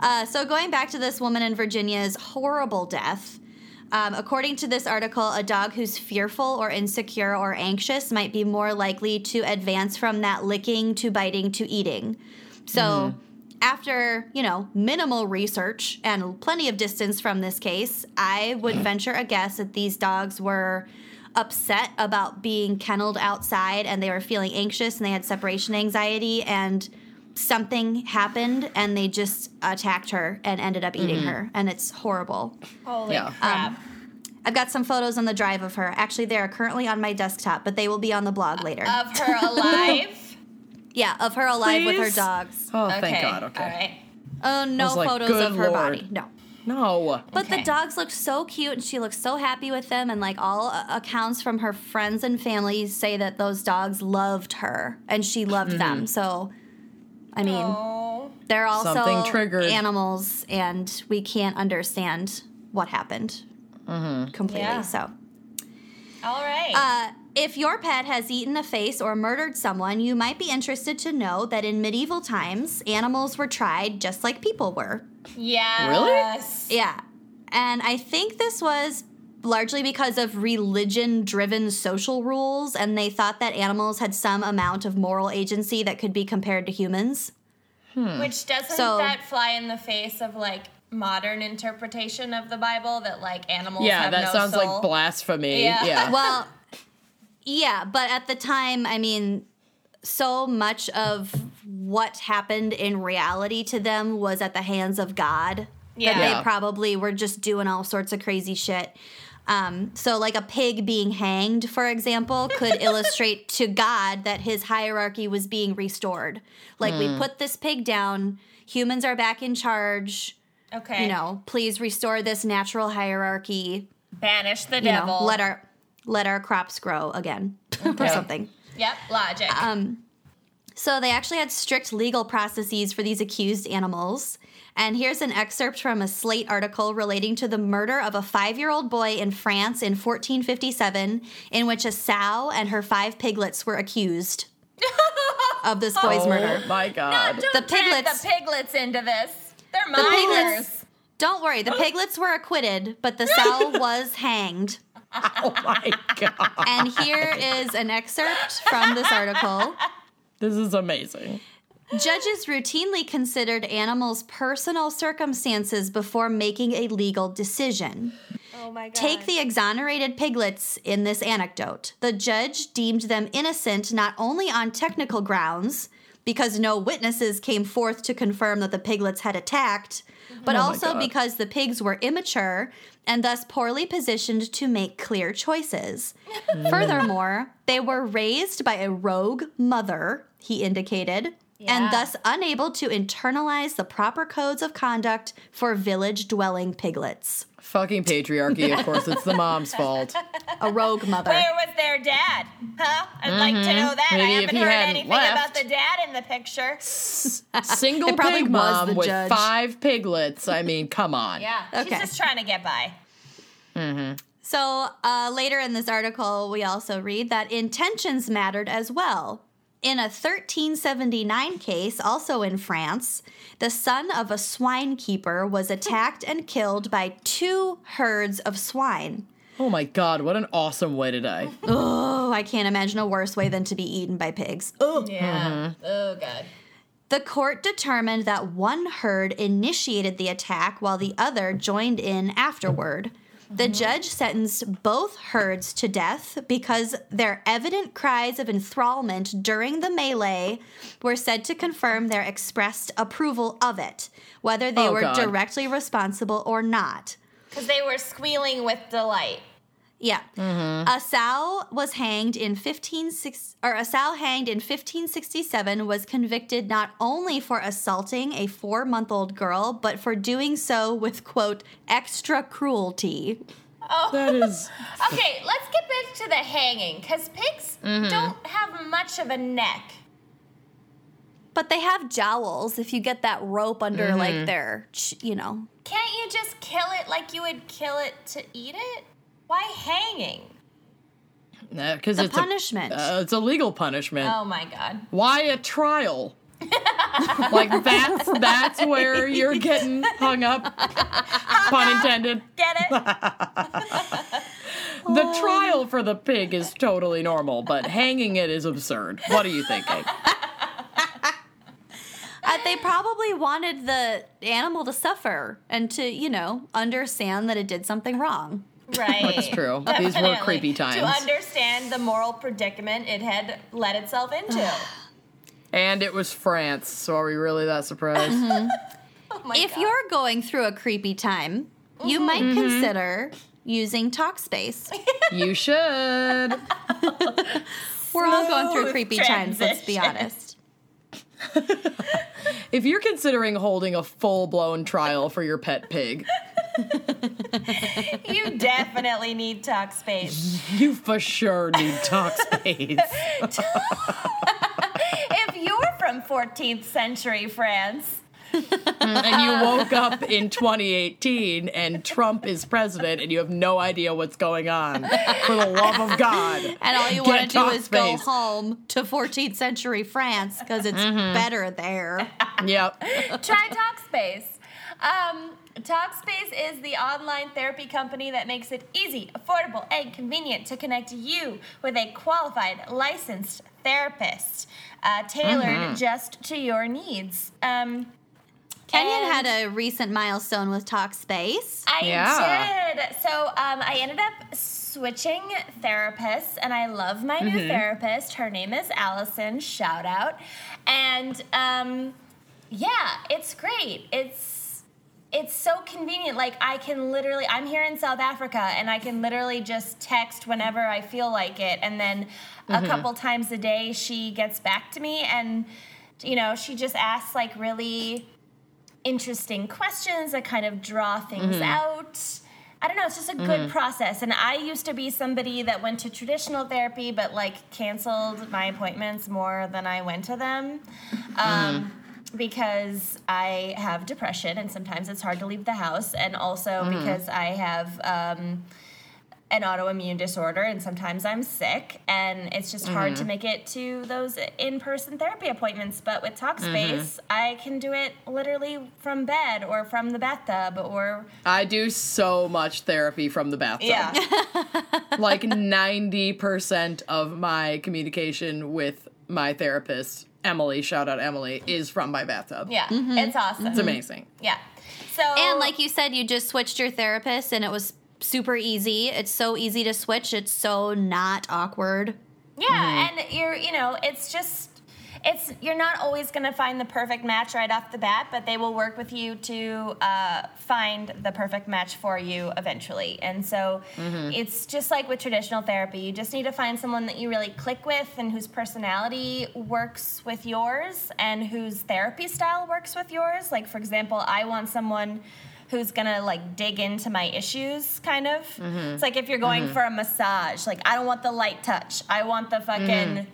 S2: Uh, so going back to this woman in Virginia's horrible death. Um, according to this article, a dog who's fearful or insecure or anxious might be more likely to advance from that licking to biting to eating. So,
S4: Mm-hmm.
S2: after, you know, minimal research and plenty of distance from this case, I would
S4: Mm-hmm.
S2: venture a guess that these dogs were upset about being kenneled outside and they were feeling anxious and they had separation anxiety and something happened and they just attacked her and ended up
S4: Mm-hmm.
S2: eating her and it's horrible.
S3: Holy
S4: Yeah.
S3: crap.
S2: I've got some photos on the drive of her. Actually, they are currently on my desktop, but they will be on the blog later.
S4: Uh,
S3: of her alive.
S2: yeah, of her alive with her
S4: Please?
S2: dogs.
S4: Oh,
S3: okay.
S4: thank God. Okay.
S3: All right.
S2: Oh, no
S4: was like,
S2: photos
S4: "Good
S2: of her body.
S4: Lord."
S2: No.
S4: No.
S2: But
S3: Okay.
S2: the dogs looked so cute and she looked so happy with them. And like all uh, accounts from her friends and family say that those dogs loved her and she loved
S4: Mm-hmm.
S2: them. So, I mean,
S3: Oh.
S2: they're also
S4: Something triggered.
S2: animals and we can't understand what happened
S4: Mm-hmm.
S2: completely.
S3: Yeah.
S2: So,
S3: Oh, All right.
S2: Uh, if your pet has eaten a face or murdered someone, you might be interested to know that in medieval times, animals were tried just like people were.
S3: yes.
S2: Yeah. And I think this was largely because of religion driven social rules, and they thought that animals had some amount of moral agency that could be compared to humans.
S4: Hmm.
S3: Which doesn't
S2: So-
S3: that fly in the face of like modern interpretation of the Bible that like animals
S4: Yeah,
S3: have
S4: that
S3: no
S4: sounds
S3: soul?
S4: like blasphemy.
S3: Yeah.
S4: Yeah.
S2: well, yeah, but at the time, I mean, so much of what happened in reality to them was at the hands of God that
S3: Yeah.
S2: they probably were just doing all sorts of crazy shit. Um, so, like a pig being hanged, for example, could illustrate to God that his hierarchy was being restored. Like,
S3: Hmm.
S2: we put this pig down, humans are back in charge.
S3: Okay.
S2: You know, please restore this natural hierarchy.
S3: banish the
S2: You
S3: devil.
S2: know, let our let our crops grow again or something.
S3: Yep, logic.
S2: Um, So they actually had strict legal processes for these accused animals. And here's an excerpt from a Slate article relating to the murder of a five year old boy in France in 1457, in which a sow and her five piglets were accused of this boy's murder.
S4: Oh my god.
S3: Don't
S2: uh, The
S3: drag
S2: piglets-
S3: the piglets into this. They're
S2: The
S3: minors.
S2: piglets, don't worry, the piglets were acquitted, but the sow was hanged.
S4: Oh my god.
S2: And here is an excerpt from this article.
S4: This is amazing.
S2: Judges routinely considered animals' personal circumstances before making a legal decision.
S3: Oh my god.
S2: Take the exonerated piglets in this anecdote. The judge deemed them innocent not only on technical grounds, because no witnesses came forth to confirm that the piglets had attacked, but
S4: Oh my
S2: also
S4: God.
S2: because the pigs were immature and thus poorly positioned to make clear choices. Furthermore, they were raised by a rogue mother, he indicated,
S3: Yeah.
S2: and thus unable to internalize the proper codes of conduct for village dwelling piglets.
S4: Fucking patriarchy, of course. It's the mom's fault.
S2: A rogue mother.
S3: Where was their dad? Huh? I'd like to know that.
S4: Mm-hmm. Maybe
S3: I
S4: if
S3: haven't
S4: he
S3: heard
S4: hadn't
S3: anything
S4: left.
S3: about the dad in the picture.
S4: Single
S2: It probably
S4: pig
S2: was the
S4: mom with
S2: judge.
S4: five piglets. I mean, come on.
S3: Yeah.
S2: Okay.
S3: She's just trying to get by.
S2: So uh, later in this article, we also read that intentions mattered as well. In a 1379 case, also in France, the son of a swine keeper was attacked and killed by two herds of swine.
S4: Oh my god, what an awesome way to die.
S2: Oh, I can't imagine a worse way than to be eaten by pigs.
S4: Mm-hmm.
S3: Yeah. Oh god.
S2: The court determined that one herd initiated the attack while the other joined in afterward.
S4: Mm-hmm.
S2: The judge sentenced both herds to death because their evident cries of enthrallment during the melee were said to confirm their expressed approval of it, whether they
S4: Oh,
S2: were
S4: God.
S2: directly responsible or not.
S3: Because they were squealing with delight.
S2: Yeah. A sow was hanged in 156 or a sow hanged in 1567 was convicted not only for assaulting a 4-month-old girl but for doing so with quote extra cruelty.
S4: That is
S3: Okay, let's get back to the hanging, because pigs
S4: Mm-hmm.
S3: don't have much of a neck.
S2: But they have jowls if you get that rope under like their, ch- you know.
S3: Can't you just kill it like you would kill it to eat it? Why hanging?
S4: because
S2: The
S4: uh, it's
S2: punishment.
S4: A, uh, it's a legal punishment.
S3: Oh my god.
S4: Why a trial? like that's that's where you're getting hung up. Pun intended.
S3: Get it?
S4: The trial for the pig is totally normal, but hanging it is absurd. What are you thinking?
S2: Uh, they probably wanted the animal to suffer and to, you know, understand that it did something wrong.
S3: right.
S4: That's true. These were
S3: Definitely.
S4: creepy
S3: To
S4: times.
S3: understand the moral predicament it had let itself into.
S4: And it was France, so are we really that surprised?
S3: oh my
S2: if
S3: god.
S2: you're going through a creepy time, you might consider using TalkSpace.
S4: you should.
S2: We're all going through
S3: Smooth
S2: creepy times, let's be
S3: transition.
S2: honest.
S4: If you're considering holding a full blown trial for your pet pig,
S3: You definitely need talk space.
S4: you for sure need talk space.
S3: if you're from 14th century France,
S4: and you woke up in 2018 and Trump is president and you have no idea what's going on. For the love of God.
S2: And all you
S4: Get
S2: want to do is go
S4: Talkspace.
S2: home to 14th century France because it's better there.
S4: Yep.
S3: Try TalkSpace. Um, TalkSpace is the online therapy company that makes it easy, affordable, and convenient to connect you with a qualified, licensed therapist uh, tailored
S4: Mm-hmm.
S3: just to your needs. Um,
S2: Kenyon
S3: And-
S2: had a recent milestone with TalkSpace.
S3: I
S4: Yeah.
S3: did. So um, I ended up switching therapists, and I love my new therapist. Her name is Allison. Shout out. And um, yeah, it's great. It's it's so convenient. Like I can literally, I'm here in South Africa, and I can literally just text whenever I feel like it, and then a couple times a day she gets back to me, and you know she just asks like really interesting questions that kind of draw things out. I don't know, it's just a good process. And I used to be somebody that went to traditional therapy but like canceled my appointments more than I went to them. Um, Because I have depression and sometimes it's hard to leave the house, and also because I have um, an autoimmune disorder and sometimes I'm sick, and it's just hard to make it to those in person therapy appointments. But with TalkSpace, I can do it literally from bed or from the bathtub or
S4: I do so much therapy from the bathtub. like 90% of my communication with my therapist, Emily, shout out Emily, is from my bathtub.
S3: Yeah, it's awesome.
S4: It's amazing.
S3: Yeah. So
S2: Mm-hmm. And like you said, you just switched your therapist and it was super easy. It's so easy to switch. It's so not awkward.
S3: yeah, and you're you know it's just it's you're not always gonna find the perfect match right off the bat, but they will work with you to uh, find the perfect match for you eventually. And so it's just like with traditional therapy, you just need to find someone that you really click with and whose personality works with yours and whose therapy style works with yours. Like for example, I want someone who's gonna like dig into my issues kind of it's like if you're going for a massage like i don't want the light touch i want the fucking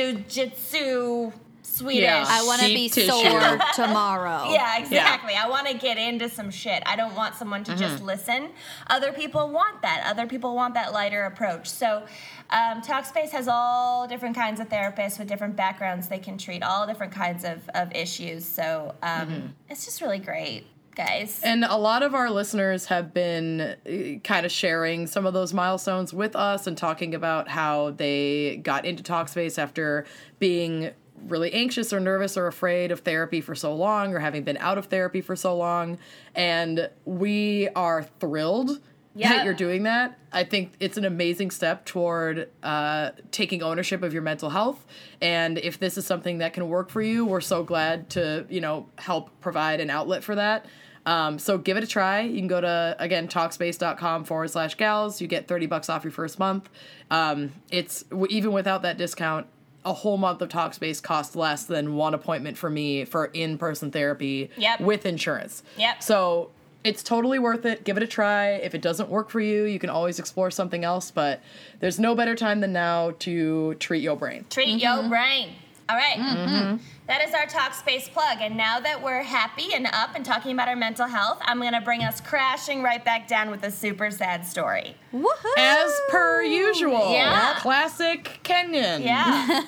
S3: jujitsu swedish
S4: Yeah.
S2: I want to
S4: Sheep
S2: be
S4: tissue.
S2: sore tomorrow.
S3: yeah, exactly. I want to get into some shit. I don't want someone to just listen. Other people want that. Other people want that lighter approach. So, um, TalkSpace has all different kinds of therapists with different backgrounds. They can treat all different kinds of, of issues. So, um, it's just really great, guys.
S4: And a lot of our listeners have been kind of sharing some of those milestones with us and talking about how they got into Talkspace after being really anxious or nervous or afraid of therapy for so long or having been out of therapy for so long. And we are thrilled
S3: Yeah.
S4: that you're doing that. I think it's an amazing step toward uh, taking ownership of your mental health. And if this is something that can work for you, we're so glad to, you know, help provide an outlet for that. Um, so give it a try. You can go to, again, talkspace.com forward slash gals. You get 30 bucks off your first month. Um, it's w- even without that discount, a whole month of Talkspace costs less than one appointment for me for in person therapy
S3: Yep.
S4: with insurance.
S3: Yep.
S4: So it's totally worth it. Give it a try. If it doesn't work for you, you can always explore something else, but there's no better time than now to treat your brain.
S3: Treat
S4: Mm-hmm.
S3: your brain. All right. That is our talk space plug. And now that we're happy and up and talking about our mental health, I'm going to bring us crashing right back down with a super sad story.
S2: Woohoo!
S4: As per usual.
S3: Yeah.
S4: Classic Kenyan.
S3: Yeah.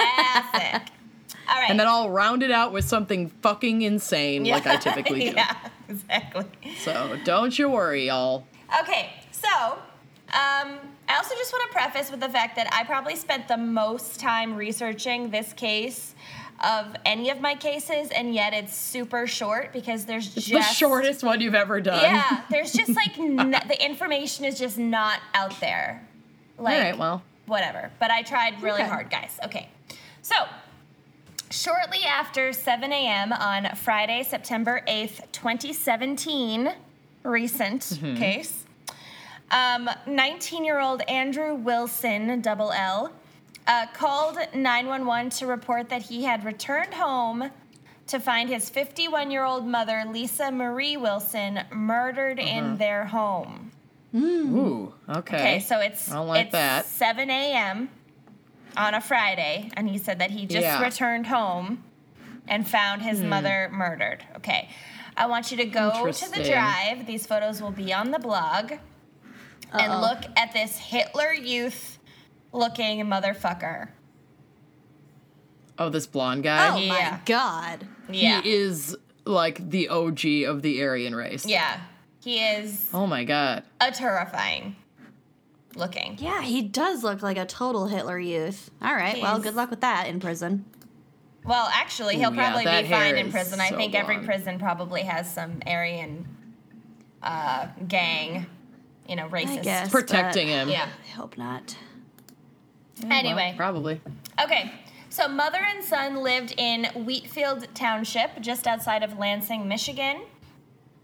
S3: Classic. All right.
S4: And then I'll round it out with something fucking insane like I typically do.
S3: yeah, exactly.
S4: So don't you worry, y'all.
S3: Okay, so um, I also just want to preface with the fact that I probably spent the most time researching this case of any of my cases, and yet it's super short because there's just
S4: The shortest one you've ever done.
S3: Yeah, there's just like n- the information is just not out there. Like,
S4: All right, well.
S3: whatever. But I tried really
S4: Okay.
S3: hard, guys. Okay, so shortly after 7 a.m. on Friday, September 8th, 2017, recent case. Um, 19-year-old Andrew Wilson, double L, uh, called 911 to report that he had returned home to find his 51 year old mother, Lisa Marie Wilson, murdered in their home.
S4: Ooh, okay.
S3: Okay, so it's
S4: I don't like
S3: it's
S4: that.
S3: 7 a.m. on a Friday, and he said that he just
S4: Yeah. Hmm.
S3: returned home and found his mother murdered. Okay, I want you to go to the
S4: Interesting.
S3: drive. These photos will be on the blog, and look at this Hitler Youth looking motherfucker.
S4: Oh, this blonde guy.
S2: Oh
S3: Yeah.
S2: my god.
S3: Yeah,
S4: He is like the OG of the Aryan race.
S3: yeah, he is
S4: Oh my god.
S3: a terrifying looking.
S2: Yeah, he does look like a total Hitler youth. All right, well,
S3: Yes.
S2: good luck with that in prison.
S3: Well, actually, he'll
S4: Ooh, yeah,
S3: probably
S4: that
S3: be
S4: hair
S3: fine in
S4: is
S3: prison. I
S4: so
S3: think every
S4: blonde.
S3: prison probably has some Aryan uh, gang, you know, racist.
S2: I guess.
S4: Protecting
S2: but
S4: him.
S3: Yeah.
S2: I hope not.
S3: Anyway,
S4: Probably.
S3: okay. So mother and son lived in Wheatfield Township, just outside of Lansing, Michigan.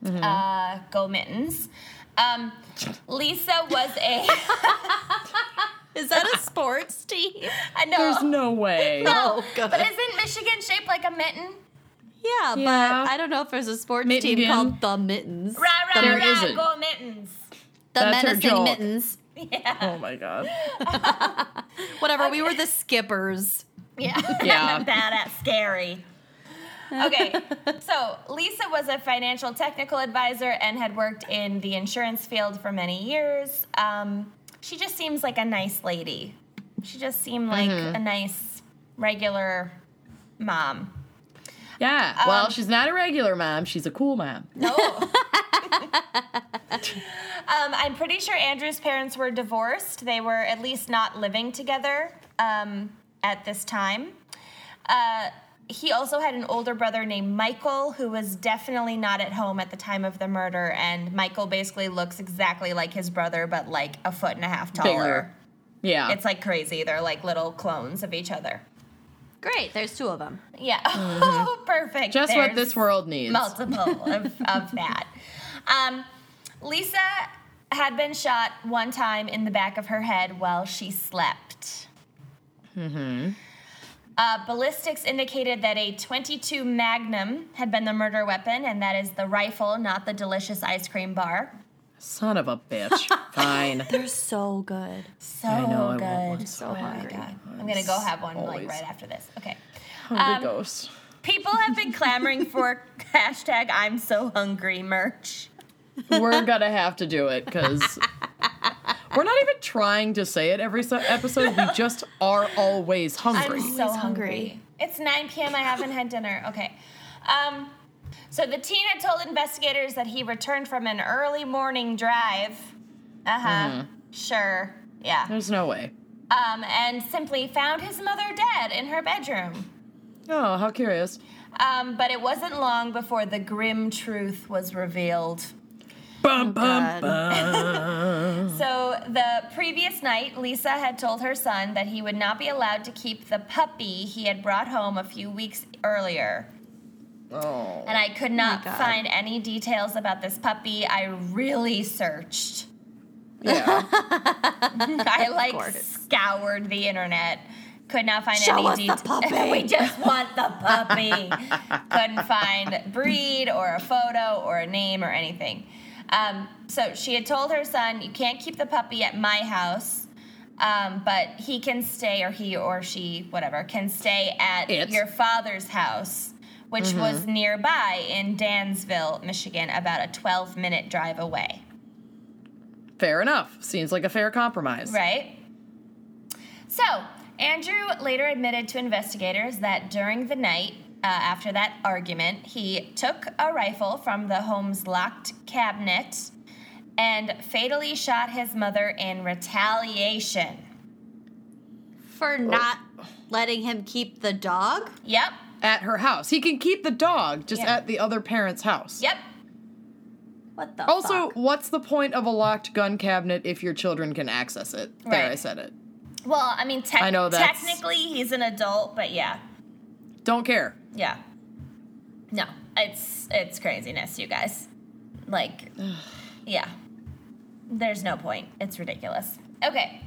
S4: Mm-hmm.
S3: uh, go mittens. Um, Lisa was a.
S2: Is that a sports team?
S3: I know.
S4: There's no way.
S3: No,
S1: God.
S3: But isn't Michigan shaped like a mitten?
S2: Yeah,
S4: Yeah.
S2: but I don't know if there's a sports
S4: Mittingen.
S2: team called the Mittens.
S3: Rah, rah,
S4: There
S3: rah,
S4: isn't.
S3: go mittens.
S2: The
S4: That's her
S2: menacing
S4: joke.
S2: mittens.
S4: Oh my god.
S2: Whatever, we were the skippers.
S3: Yeah.
S4: Yeah.
S3: Badass, scary. Okay, so Lisa was a financial technical advisor and had worked in the insurance field for many years. Um, she just seems like a nice lady. She just seemed like a nice, regular mom.
S4: Yeah. well, she's not a regular mom. She's a cool mom.
S3: Um, No. um, I'm pretty sure Andrew's parents were divorced. They were at least not living together um, at this time. Uh, he also had an older brother named Michael, who was definitely not at home at the time of the murder. And Michael basically looks exactly like his brother, but like a foot and a half taller.
S4: Bigger. Yeah.
S3: It's like crazy. They're like little clones of each other.
S2: Great, there's two of them.
S3: Yeah. Perfect.
S4: Mm-hmm. just what
S3: There's-
S4: this world needs.
S3: multiple of, of that. Um, Lisa had been shot one time in the back of her head while she slept. Mm-hmm. Uh, ballistics indicated that a 22 Magnum had been the murder weapon, and that is the rifle, not the delicious ice cream bar.
S4: Son of a bitch. Fine.
S2: They're so good.
S3: So
S4: I know, I want
S3: good.
S4: one. Oh
S2: So hungry.
S3: I'm gonna go have one
S4: Always.
S3: like right after this. Okay.
S4: Hungry
S3: um,
S4: ghost.
S3: People have been clamoring for hashtag I'm so hungry merch.
S4: We're gonna have to do it because we're not even trying to say it every so- episode. We just are always hungry.
S3: I'm so
S2: Always hungry.
S3: hungry. It's 9 p.m. I haven't had dinner. Okay. Um, so the teen had told investigators that he returned from an early morning drive. Uh huh. Sure. Yeah.
S4: There's no way.
S3: Um, and simply found his mother dead in her bedroom.
S4: Oh, how curious.
S3: Um, but it wasn't long before the grim truth was revealed. Oh
S4: Bum bum
S2: God.
S4: bum.
S3: So the previous night, Lisa had told her son that he would not be allowed to keep the puppy he had brought home a few weeks earlier.
S4: oh.
S3: and I could not
S2: God.
S3: find any details about this puppy. I really searched.
S4: Yeah.
S3: I like
S2: course.
S3: scoured the internet. Could not find
S2: Show us
S3: any
S2: the
S3: details.
S2: puppy.
S3: we just want the puppy. Couldn't find breed or a photo or a name or anything. Um, so she had told her son, "You can't keep the puppy at my house." Um, but he can stay, or he or she, whatever, can stay at
S4: It.
S3: your father's house, which was
S2: Mm-hmm.
S3: nearby in Dansville, Michigan, about a 12 minute drive away.
S4: Fair enough. Seems like a fair compromise.
S3: Right? So, Andrew later admitted to investigators that during the night, uh, after that argument, he took a rifle from the home's locked cabinet and fatally shot his mother in retaliation.
S2: For not letting him keep the dog?
S3: Yep,
S4: At her house. He can keep the dog just
S3: Yeah.
S4: at the other parent's house.
S3: yep.
S2: What the
S4: Also,
S2: fuck?
S4: what's the point of a locked gun cabinet if your children can access it? There,
S3: Right.
S4: I said it.
S3: Well, I mean, tec-
S4: I know that's-
S3: technically he's an adult, but yeah,
S4: Don't care.
S3: yeah. No, it's it's craziness, you guys. Like, yeah. There's no point. It's ridiculous. Okay.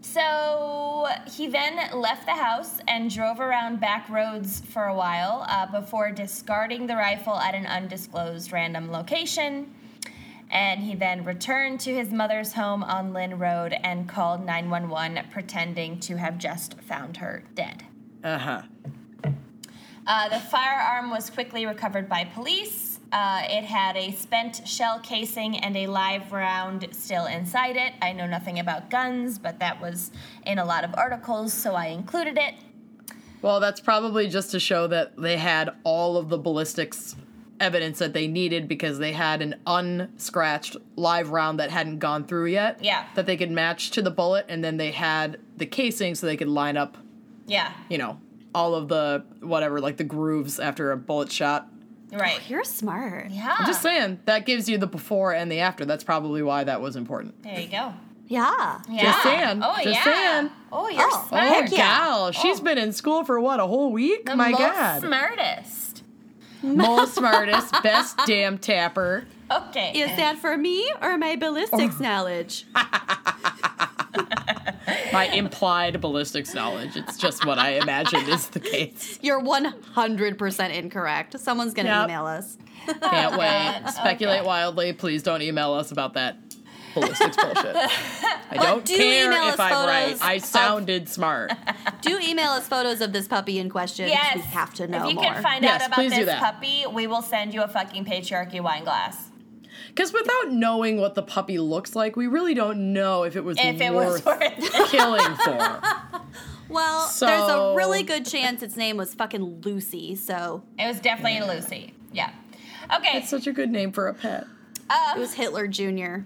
S3: So he then left the house and drove around back roads for a while uh, before discarding the rifle at an undisclosed random location. And he then returned to his mother's home on Lynn Road and called 911, pretending to have just found her dead.
S4: Uh huh.
S3: Uh, the firearm was quickly recovered by police. Uh, it had a spent shell casing and a live round still inside it. I know nothing about guns, but that was in a lot of articles, so I included it.
S4: Well, that's probably just to show that they had all of the ballistics evidence that they needed because they had an unscratched live round that hadn't gone through yet.
S3: Yeah.
S4: That they could match to the bullet, and then they had the casing so they could line up,
S3: Yeah,
S4: you know, all of the whatever, like the grooves after a bullet shot.
S3: right.
S2: You're smart.
S3: Yeah.
S4: I'm just saying, that gives you the before and the after. That's probably why that was important.
S3: There you go.
S2: Yeah.
S3: Yeah.
S4: saying,
S3: Oh,
S4: just
S3: yeah.
S4: saying.
S3: Oh, you're
S2: Oh,
S3: smart.
S4: Oh, gal, she's been in school for what, a whole week?
S3: The
S4: My
S3: most
S4: God.
S3: smartest.
S4: most smartest, best damn tapper.
S3: Okay.
S6: Is that for me or my
S4: Oh.
S6: ballistics knowledge?
S4: My implied ballistics knowledge. It's just what I imagined is the case.
S6: You're 100% incorrect. Someone's going to
S4: Yep.
S6: email us.
S4: Can't wait. Speculate wildly. Please don't email us about that ballistics bullshit. I don't
S6: do
S4: care
S6: email
S4: if
S6: us
S4: I'm right.
S6: photos
S4: I sounded smart.
S6: Do email us photos of this puppy in question. 'cause
S3: Yes.
S6: We have to know
S3: If you
S6: more.
S3: can find
S4: Yes,
S3: out about
S4: please do
S3: this
S4: that.
S3: puppy, we will send you a fucking patriarchy wine glass.
S4: Because without knowing what the puppy looks like, we really don't know if it was
S3: If it was worth
S4: worth
S3: it.
S4: killing for.
S6: well, there's a
S4: So-
S6: really good chance its name was fucking Lucy, so
S3: It was definitely Lucy. Yeah. Okay.
S4: It's such a good name for a pet.
S6: it was Hitler Jr.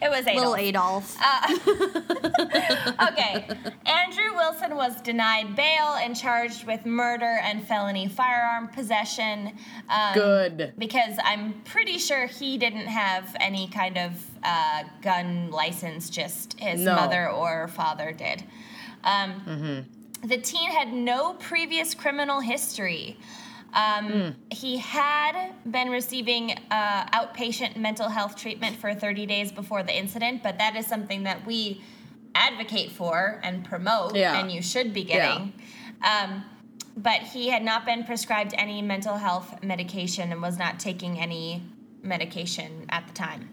S3: it was
S6: Little
S3: Adolf.
S6: Adolf.
S3: Uh, okay. Andrew Wilson was denied bail and charged with murder and felony firearm possession. Um,
S4: Good.
S3: Because I'm pretty sure he didn't have any kind of uh, gun license, just his
S4: No.
S3: mother or father did. Um,
S4: Mm-hmm.
S3: The teen had no previous criminal history. Um,
S4: Hmm.
S3: He had been receiving uh, outpatient mental health treatment for 30 days before the incident, but that is something that we advocate for and promote,
S4: Yeah.
S3: and you should be
S4: Yeah.
S3: getting. Um, but he had not been prescribed any mental health medication and was not taking any medication at the time.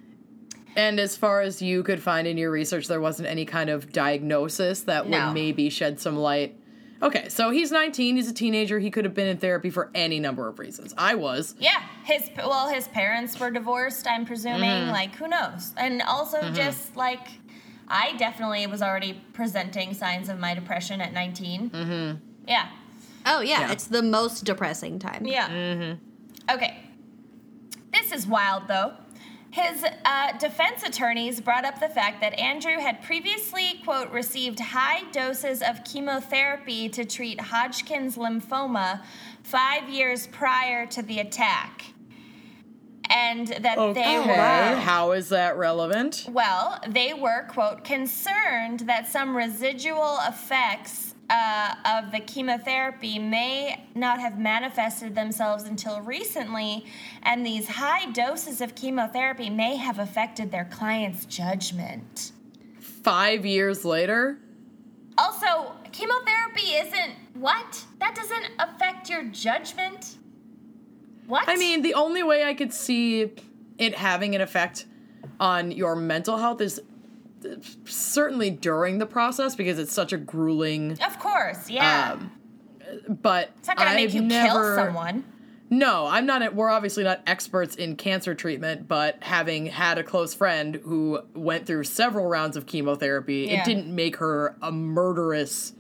S4: And as far as you could find in your research, there wasn't any kind of diagnosis that
S3: No.
S4: would maybe shed some light. Okay, so he's 19, he's a teenager, he could have been in therapy for any number of reasons. I was.
S3: Yeah, his well, his parents were divorced. I'm presuming, like who knows? And also, just like I definitely was already presenting signs of my depression at 19. Mm-hmm. Yeah,
S6: oh, yeah,
S4: Yeah.
S6: it's the most depressing time.
S3: yeah. Okay, this is wild though. His uh, defense attorneys brought up the fact that Andrew had previously, quote, received high doses of chemotherapy to treat Hodgkin's lymphoma five years prior to the attack. And that
S4: Oh,
S3: they were.
S4: How is that relevant?
S3: Well, they were, quote, concerned that some residual effects uh, of the chemotherapy may not have manifested themselves until recently, and these high doses of chemotherapy may have affected their client's judgment.
S4: Five years later?
S3: Also, chemotherapy isn't what? That doesn't affect your judgment? What?
S4: I mean, the only way I could see it having an effect on your mental health is uh, certainly during the process because it's such a grueling.
S3: of course, yeah.
S4: Um, But
S3: it's not gonna make
S4: I've
S3: you
S4: never-
S3: kill someone.
S4: No, I'm not. We're obviously not experts in cancer treatment, but having had a close friend who went through several rounds of chemotherapy,
S3: Yeah.
S4: it didn't make her a murderous,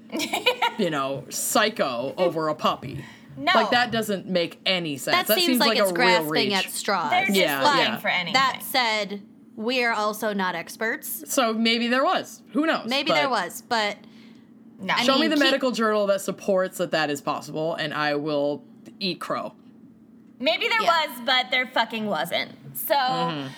S4: you know, psycho over a puppy.
S3: No.
S4: Like that doesn't make any sense.
S6: That, seems, like, it's
S4: a real
S6: grasping
S4: reach.
S6: at straws.
S3: They're just
S4: Yeah,
S3: looking
S4: yeah.
S3: for anything.
S6: That said, we are also not experts.
S4: so maybe there was. Who knows?
S6: Maybe
S4: But
S6: there was, but
S3: no.
S6: I
S4: Show
S6: mean,
S4: me the
S6: keep-
S4: medical journal that supports that that is possible, and I will eat crow.
S3: Maybe there
S6: Yeah.
S3: was, but there fucking wasn't. So, um,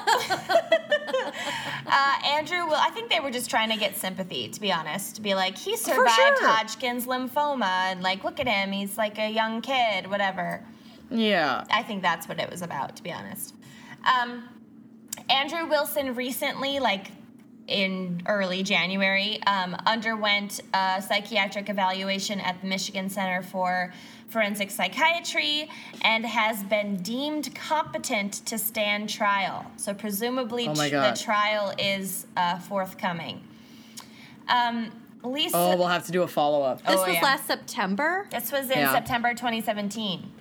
S3: uh, Andrew, well, I think they were just trying to get sympathy, to be honest. To be like, he survived
S4: sure.
S3: Hodgkin's lymphoma, and like, look at him, he's like a young kid, whatever.
S4: Yeah.
S3: I think that's what it was about, to be honest. Um, Andrew Wilson recently, like in early January, um, underwent a psychiatric evaluation at the Michigan Center for Forensic Psychiatry and has been deemed competent to stand trial. So, presumably,
S4: Oh my
S3: tr- the
S4: God.
S3: trial is uh, forthcoming. Um, Lisa,
S4: Oh, we'll have to do a follow up.
S6: this
S3: Oh,
S6: was
S3: yeah.
S6: last September.
S3: this was in
S4: Yeah.
S3: September 2017.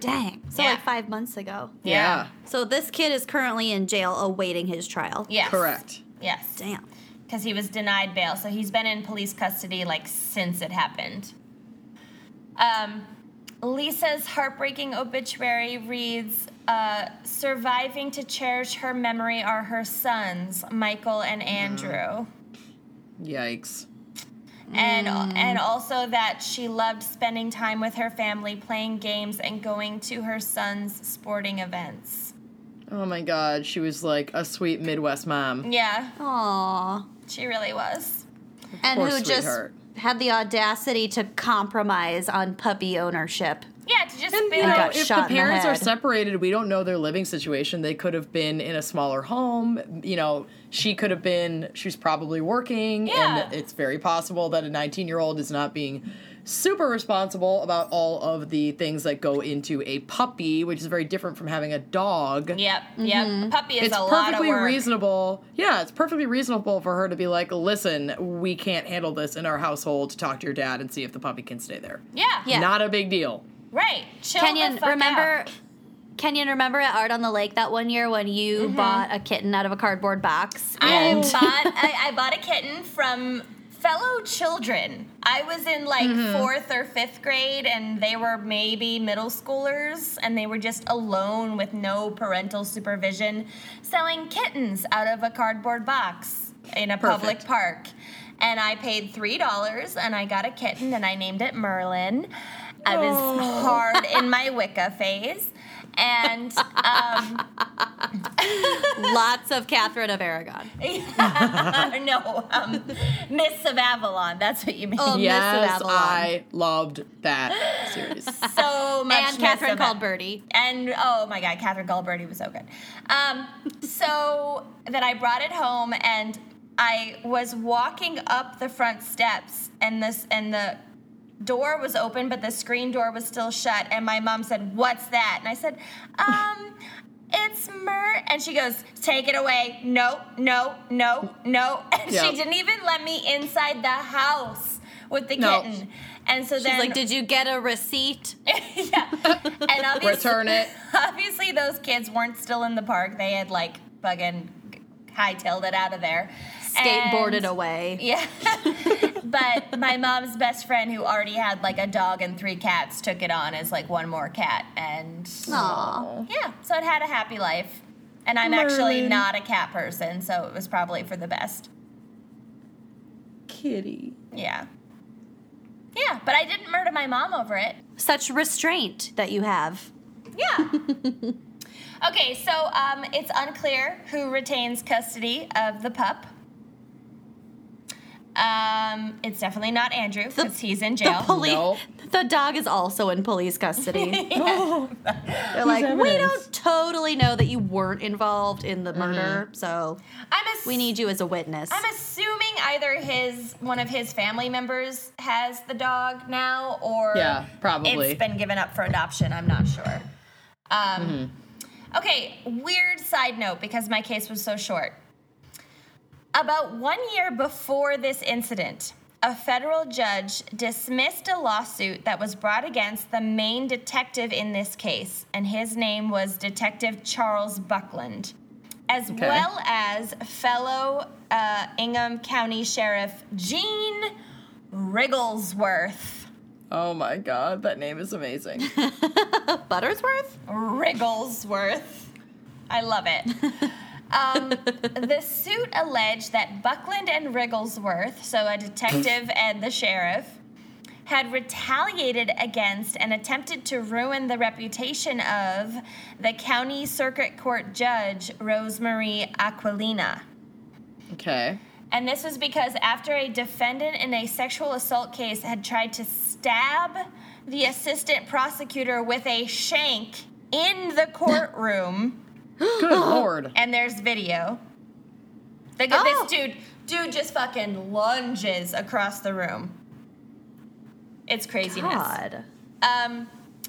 S6: Dang. So
S3: Yeah.
S6: like five months ago.
S4: yeah.
S6: So this kid is currently in jail awaiting his trial.
S3: Yes.
S4: Correct.
S3: Yes.
S6: Damn.
S3: because he was denied bail. So he's been in police custody like since it happened. Um, Lisa's heartbreaking obituary reads uh, Surviving to cherish her memory are her sons, Michael and Andrew.
S4: Yikes.
S3: And, and also that she loved spending time with her family, playing games, and going to her son's sporting events.
S4: Oh my god, she was like a sweet Midwest mom.
S3: Yeah,
S6: Aww.
S3: she really was.
S6: And
S4: Poor
S6: who just
S4: sweetheart.
S6: had the audacity to compromise on puppy ownership.
S3: Yeah, to just
S4: And
S3: spit
S4: you
S3: out-
S4: know,
S6: got
S4: if the
S6: shot in the
S4: parents are
S6: head.
S4: separated, we don't know their living situation. They could have been in a smaller home. You know, she could have been. She's probably working,
S3: Yeah.
S4: and it's very possible that a 19-year-old is not being super responsible about all of the things that go into a puppy, which is very different from having a dog.
S3: Yep, yep. A puppy is
S4: Mm-hmm. It's
S3: a lot of
S4: perfectly
S3: work.
S4: reasonable. Yeah, it's perfectly reasonable for her to be like, "Listen, we can't handle this in our household. Talk to your dad and see if the puppy can stay there."
S3: yeah,
S6: Yeah.
S4: Not a big deal.
S3: Right. Chill
S6: Kenyon,
S3: the fuck
S6: remember?
S3: out.
S6: Kenyon, remember at Art on the Lake that one year when you bought a kitten out of a cardboard box?
S3: I bought I, I bought a kitten from fellow children. I was in like
S6: Mm-hmm.
S3: fourth or fifth grade, and they were maybe middle schoolers, and they were just alone with no parental supervision, selling kittens out of a cardboard box in a public
S4: Perfect.
S3: park. And I paid three dollars, and I got a kitten, and I named it Merlin. I was hard in my Wicca phase, and um,
S6: Lots of Catherine of Aragon.
S3: no, um, Miss of Avalon. That's what you mean.
S6: Oh, Miss
S4: Yes,
S6: Avalon.
S4: I loved that series.
S3: so much.
S6: and
S3: Miss
S6: Catherine
S3: of-
S6: called Birdie.
S3: And oh my God, Catherine Gulberti was so good. Um, so that I brought it home, and I was walking up the front steps, and this and the door was open, but the screen door was still shut. And my mom said, "What's that?" And I said, "Um." It's Mer, and she goes, "Take it away!" No, no, no, no, and
S4: Yeah.
S3: she didn't even let me inside the house with the
S4: No.
S3: kitten. And so
S6: She's
S3: then,
S6: like, Did you get a receipt?
S3: yeah. And obviously,
S4: Return it.
S3: Obviously, those kids weren't still in the park. They had like bugging hightailed it out of there.
S6: Skateboarded
S3: And-
S6: away.
S3: Yeah. but my mom's best friend, who already had like a dog and three cats, took it on as like one more cat. And
S6: Aw.
S3: yeah, so it had a happy life. And I'm actually
S4: Merlin.
S3: not a cat person, so it was probably for the best.
S4: Kitty.
S3: Yeah. Yeah, but I didn't murder my mom over it.
S6: Such restraint that you have.
S3: Yeah. okay, so um, it's unclear who retains custody of the pup. Um, it's definitely not Andrew because he's in jail.
S6: Police.
S4: No.
S6: The dog is also in police custody. They're like, we
S4: evidence."
S6: don't totally know that you weren't involved in the murder,
S4: Mm-hmm.
S6: so
S3: I'm ass-
S6: we need you as a witness.
S3: I'm assuming either his one of his family members has the dog now, or
S4: Yeah, probably.
S3: it's been given up for adoption. I'm not sure. Um,
S4: Mm-hmm.
S3: Okay, weird side note because my case was so short. About one year before this incident, a federal judge dismissed a lawsuit that was brought against the main detective in this case, and his name was Detective Charles Buckland, as
S4: Okay.
S3: well as fellow uh, Ingham County Sheriff Gene Rigglesworth.
S4: Oh my god, that name is amazing.
S6: Buttersworth?
S3: Rigglesworth. I love it. Um, the suit alleged that Buckland and Rigglesworth, so a detective and the sheriff, had retaliated against and attempted to ruin the reputation of the county circuit court judge Rosemary Aquilina.
S4: Okay.
S3: And this was because after a defendant in a sexual assault case had tried to stab the assistant prosecutor with a shank in the courtroom,
S4: Good lord.
S3: and there's video. Look at this dude. Dude just fucking lunges across the room. It's craziness.
S6: God.
S3: Um,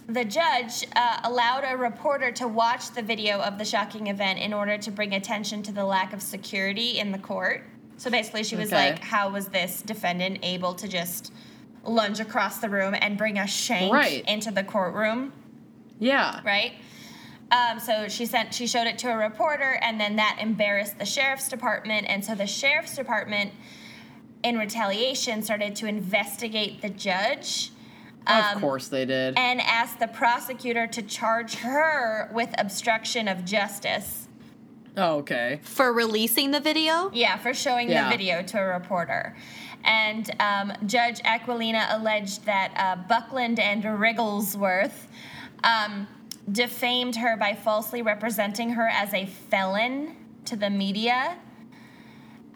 S3: the judge uh, allowed a reporter to watch the video of the shocking event in order to bring attention to the lack of security in the court. So basically, she was
S4: Okay.
S3: like, "How was this defendant able to just lunge across the room and bring a shank
S4: Right.
S3: into the courtroom?"
S4: Yeah.
S3: right? Um, so she sent she showed it to a reporter, and then that embarrassed the sheriff's department, and so the sheriff's department, in retaliation, started to investigate the judge.
S4: of course they did.
S3: And asked the prosecutor to charge her with obstruction of justice.
S4: Oh, Okay.
S6: For releasing the video?
S3: Yeah, for showing
S4: Yeah.
S3: the video to a reporter. And um, Judge Aquilina alleged that uh, Buckland and Rigglesworth um, defamed her by falsely representing her as a felon to the media.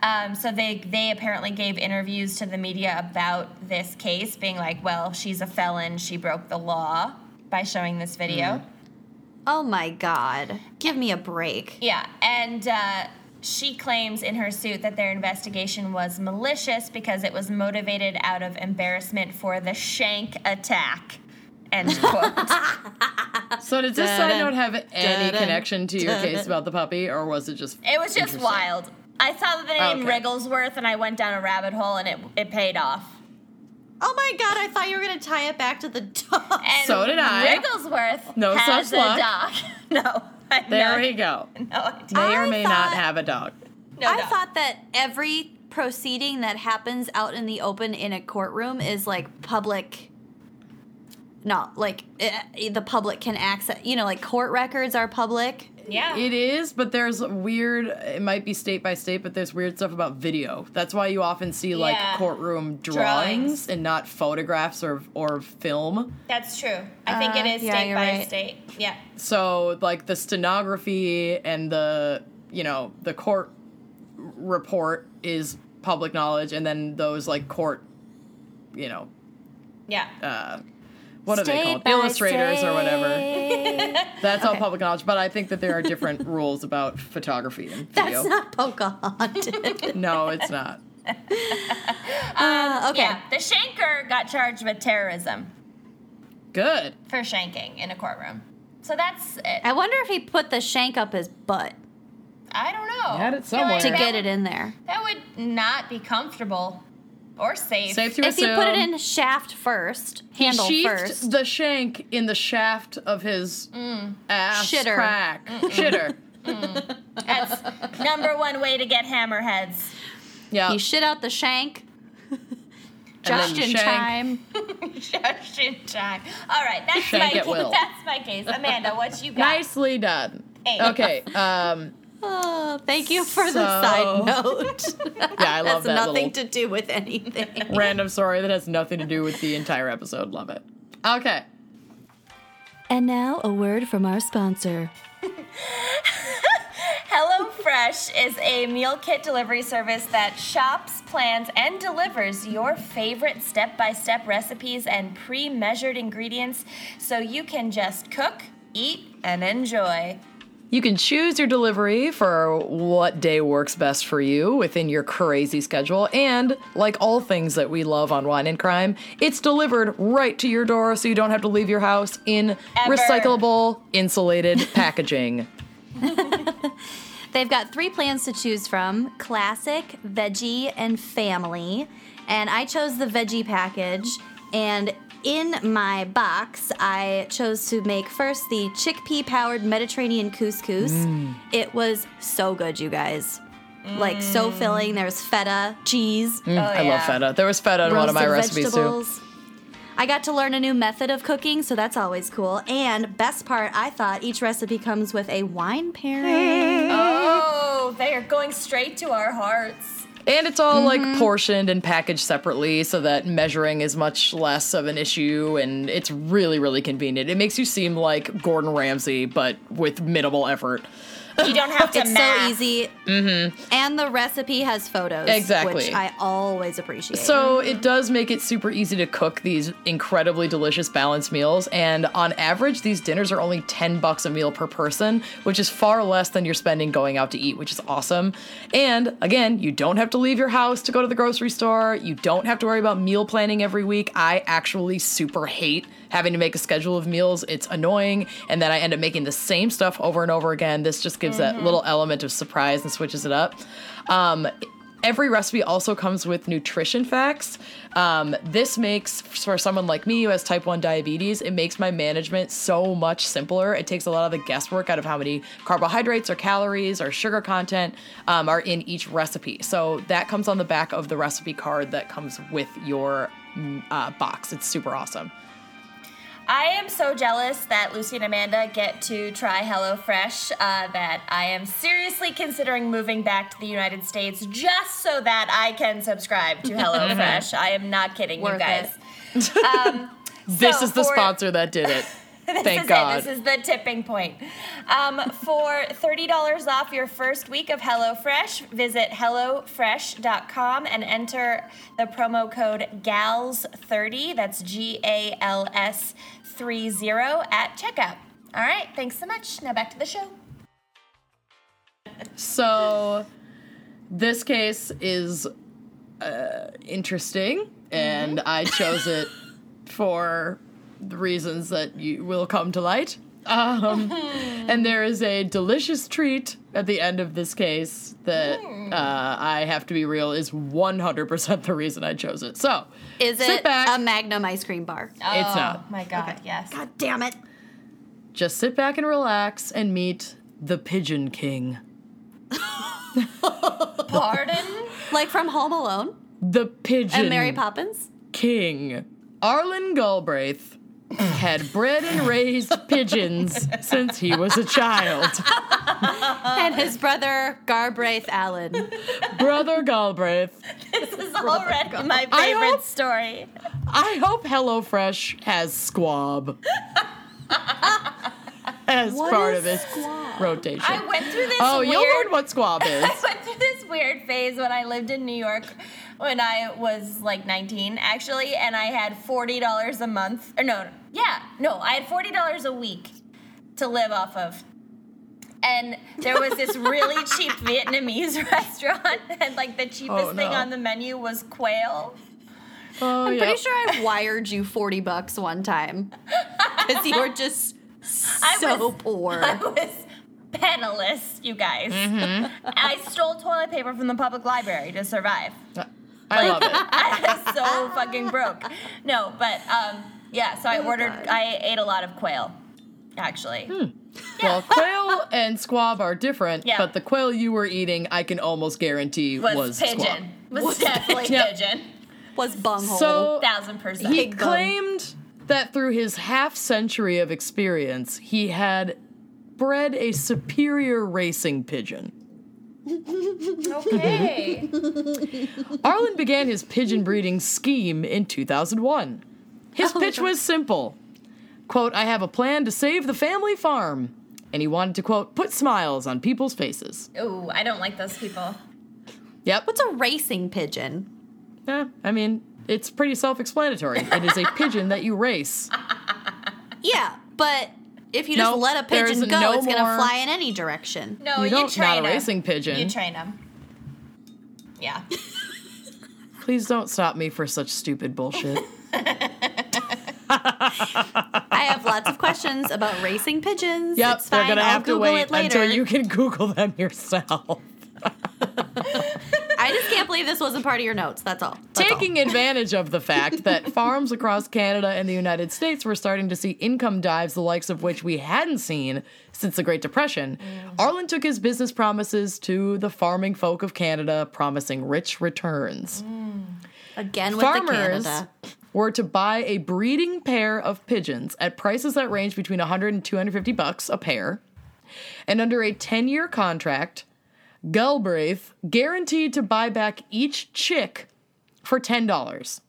S3: Um, so they they apparently gave interviews to the media about this case, being like, "Well, she's a felon. She broke the law by showing this video."
S2: Oh my God. Give me a break.
S3: Yeah, and uh, she claims in her suit that their investigation was malicious because it was motivated out of embarrassment for the Shank attack. End quote.
S4: So did this side
S2: Da-da.
S4: note have any
S2: Da-da.
S4: connection to your case about the puppy, or was it just?
S3: it was just
S4: Interesting.
S3: wild. I saw the name
S4: Okay.
S3: Rigglesworth and I went down a rabbit hole and it it paid off.
S2: Oh my God. I thought you were going to tie it back to the dog.
S3: And
S4: So did I.
S3: Rigglesworth
S4: No
S3: has
S4: such
S3: a dog. No, I
S4: There
S3: no,
S4: we go.
S3: No, I
S4: May or
S2: I
S4: may not
S2: thought-
S4: have a dog.
S3: no,
S2: I
S3: no.
S2: thought that every proceeding that happens out in the open in a courtroom is like public. No, like eh, the public can access. You know, like court records are public.
S3: Yeah.
S4: It is, but there's weird. It might be state by state, but there's weird stuff about video. That's why you often see like
S3: Yeah.
S4: courtroom drawings,
S3: Drawings.
S4: and not photographs or or film.
S3: That's true. I think it is
S2: Uh, yeah,
S3: state
S2: you're
S3: by
S2: right.
S3: state. Yeah.
S4: So like the stenography and the you know the court report is public knowledge, and then those like court, you know,
S3: Yeah.
S4: uh, what are they
S2: State
S4: called?
S2: by
S4: Illustrators or whatever.
S2: state.
S4: That's all public knowledge, but I think that there are different rules about photography and video.
S2: That's not Pocahontas.
S4: no, it's not.
S2: Uh, okay.
S3: Yeah. The shanker got charged with terrorism
S4: Good.
S3: for shanking in a courtroom. So that's it.
S2: I wonder if he put the shank up his butt
S3: I don't know.
S4: Had it
S3: I feel
S4: somewhere.
S2: to
S4: Yeah.
S2: get it in there.
S3: That would not be comfortable or safe.
S4: Safe to
S2: If he
S4: assume.
S2: put it in shaft first, handle
S4: he sheathed
S2: first. Mm.
S4: the shank in the shaft of his ass
S2: Shitter.
S4: crack. Shitter.
S3: That's number one way to get hammerheads.
S4: Yeah.
S2: He shit out the shank.
S4: And then
S2: Just in
S4: shank.
S2: time.
S3: Just in time. All right, that's
S4: Shank
S3: my
S4: at will.
S3: that's my case. Amanda, what you got?
S4: Nicely done.
S3: Hey.
S4: Okay. Um,
S2: Oh, thank you for the side note.
S4: yeah, I love
S2: That's
S4: that
S2: nothing to
S4: little
S2: do with anything.
S4: random story that has nothing to do with the entire episode. Love it. Okay.
S2: And now a word from our sponsor.
S3: HelloFresh is a meal kit delivery service that shops, plans, and delivers your favorite step by step recipes and pre measured ingredients so you can just cook, eat, and enjoy.
S4: You can choose your delivery for what day works best for you within your crazy schedule. And like all things that we love on Wine and Crime, it's delivered right to your door so you don't have to leave your house in
S3: Ever.
S4: recyclable, insulated packaging.
S2: They've got three plans to choose from classic, veggie, and family. And I chose the veggie package. And in my box, I chose to make first the chickpea powered Mediterranean couscous.
S4: Mm.
S2: It was so good, you guys. Like, so
S4: Mm.
S2: filling. There was feta, cheese,
S4: I love
S3: yeah.
S4: feta. There was feta in one of my
S2: Oh, roasted
S4: recipes too.
S2: vegetables. I got to learn a new method of cooking, so that's always cool. And best part, I thought each recipe comes with a wine pairing.
S4: Mm.
S3: Oh, they are going straight to our hearts.
S4: And it's all like portioned and packaged separately so that measuring is much less of an issue and it's really, really convenient. It makes you seem like Gordon Ramsay, but with minimal effort.
S3: You don't have to
S2: It's so
S3: math.
S2: easy. And the recipe has photos.
S4: Mm-hmm. Exactly.
S2: Which I always appreciate.
S4: So it does make it super easy to cook these incredibly delicious balanced meals. And on average, these dinners are only 10 bucks a meal per person, which is far less than you're spending going out to eat, which is awesome. And again, you don't have to leave your house to go to the grocery store. You don't have to worry about meal planning every week. I actually super hate having to make a schedule of meals. It's annoying. And then I end up making the same stuff over and over again. This just gives that little element of surprise and switches it up. Um, Every recipe also comes with nutrition facts. Um, this makes, for someone like me who has type 1 diabetes, it makes my management so much simpler. It takes a lot of the guesswork out of how many carbohydrates or calories or sugar content um, are in each recipe. So that comes on the back of the recipe card that comes with your mm, uh, box. It's super awesome.
S3: I am so jealous that Lucy and Amanda get to try HelloFresh uh, that I am seriously considering moving back to the United States just so that I can subscribe to HelloFresh. I am not kidding
S2: Worth
S3: you guys.
S2: it.
S4: This
S3: So
S4: is the
S3: for-
S4: sponsor that did it.
S3: this
S4: Thank
S3: is
S4: God.
S3: it. This is the tipping point. Um, for thirty dollars off your first week of HelloFresh, visit hellofresh.com and enter the promo code GALS30. That's G A L S three zero at checkout. All right. Thanks so much. Now back to the show.
S4: So, this case is uh, interesting, and I chose it for the reasons that you will come to light. Um, and there is a delicious treat at the end of this case that uh, I have to be real is 100% the reason I chose it. So,
S6: Is
S4: Sit
S6: it
S4: back.
S6: a Magnum ice cream bar?
S4: it's not.
S3: My God. Yes.
S6: Damn it.
S4: Just sit back and relax and meet the Pigeon King.
S3: Pardon.
S6: Like from Home Alone
S4: The Pigeon
S6: and Mary Poppins?
S4: King Arlen Galbraith had bred and raised pigeons since he was a child.
S6: and his brother, Garbraith Allen.
S4: Brother Galbraith,
S3: this is already my
S4: I
S3: favorite
S4: hope-
S3: story.
S4: I hope HelloFresh has squab as part of its rotation.
S3: I went through this.
S4: oh,
S3: weird
S4: you'll learn what squab is.
S3: I went through this weird phase when I lived in New York when I was like 19, actually, and I had $40 a month. Or no, yeah, no, I had $40 a week to live off of. And there was this really cheap Vietnamese restaurant, and like the cheapest
S4: Oh,
S3: thing
S4: no.
S3: on the menu was quail.
S4: Oh,
S6: I'm
S4: yeah.
S6: pretty sure I wired you 40 bucks one time because you were just so
S3: was-
S6: poor.
S3: I was penniless, you guys.
S4: Mm-hmm.
S3: I stole toilet paper from the public library to survive.
S4: I love it.
S3: I was so fucking broke. No, but um, yeah. So I ordered. I ate a lot of quail, actually.
S4: Hmm. Well, quail and squab are different,
S3: Yeah.
S4: but the quail you were eating, I can almost guarantee was,
S3: Was, pigeon.
S4: squab.
S3: Was, definitely
S4: Yeah.
S3: pigeon.
S6: Was bunghole.
S4: So
S3: Thousand percent.
S4: He
S6: Big bone.
S4: claimed that through his half century of experience, he had bred a superior racing pigeon.
S3: okay.
S4: Arlen began his pigeon breeding scheme in 2001. His
S3: Oh
S4: pitch was simple. Quote, I have a plan to save the family farm. And he wanted to, quote, put smiles on people's faces.
S3: Ooh, I don't like those people.
S4: Yep.
S6: What's a racing pigeon?
S4: Eh, I mean, it's pretty self explanatory. It is a pigeon that you race.
S6: Yeah, but if you just
S4: Nope,
S6: let a
S4: there
S6: pigeon
S4: isn't
S6: go,
S4: no
S6: it's going to
S4: more-
S6: fly in any direction.
S3: No,
S4: you
S3: Oh, you,
S4: don't,
S3: train
S4: not a
S3: them.
S4: racing pigeon.
S3: You train them. Yeah.
S4: Please don't stop me for such stupid bullshit.
S6: I have lots of questions about racing pigeons.
S4: Yep,
S6: it's
S4: they're
S6: fine.
S4: gonna
S6: I'll
S4: have
S6: Google
S4: to wait
S6: it later.
S4: until you can Google them yourself.
S6: I just can't believe this wasn't part of your notes. That's all. That's all.
S4: Taking advantage of the fact that farms across Canada and the United States were starting to see income dives, the likes of which we hadn't seen since the Great Depression, Arlen took his business promises to the farming folk of Canada, promising rich returns.
S6: again with the
S4: Farmers
S6: Canada.
S4: were to buy a breeding pair of pigeons at prices that range between 100 and 250 bucks a pair. And under a 10 year contract, Galbraith guaranteed to buy back each chick for $10.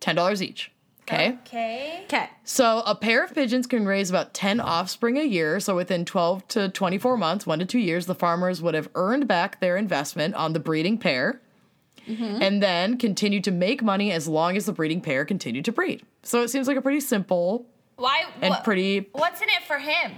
S4: $10 each. Okay.
S3: Okay.
S6: Okay.
S4: So a pair of pigeons can raise about 10 offspring a year. So within 12 to 24 months, one to two years, the farmers would have earned back their investment on the breeding pair
S3: Mm-hmm.
S4: and then continue to make money as long as the breeding pair continued to breed. So it seems like a pretty simple
S3: Why?
S4: and
S3: wha-
S4: pretty,
S3: What's in it for him?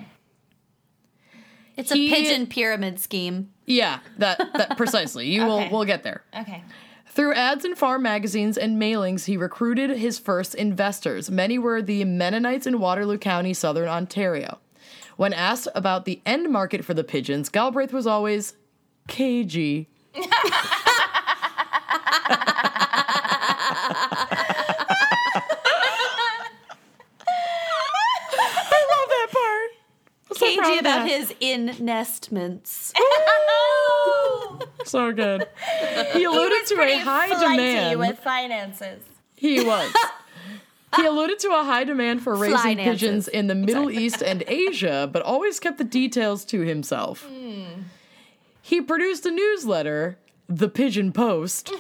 S6: It's
S4: He-
S6: a pigeon pyramid scheme.
S4: yeah, that, that precisely. You will,
S3: Okay.
S4: we'll get there.
S3: Okay.
S4: Through ads in farm magazines and mailings, he recruited his first investors. Many were the Mennonites in Waterloo County, southern Ontario. When asked about the end market for the pigeons, Galbraith was always cagey. I love that part. I'm so proud
S6: Cagey
S4: of
S6: about
S4: that.
S6: his investments.
S4: So good. He alluded
S3: It's
S4: to a
S3: pretty
S4: high
S3: flighty
S4: demand.
S3: with finances.
S4: He was. he alluded to a high demand for raising
S6: Finances.
S4: pigeons in the Middle East and Asia, but always kept the details to himself. He produced a newsletter, The Pigeon Post,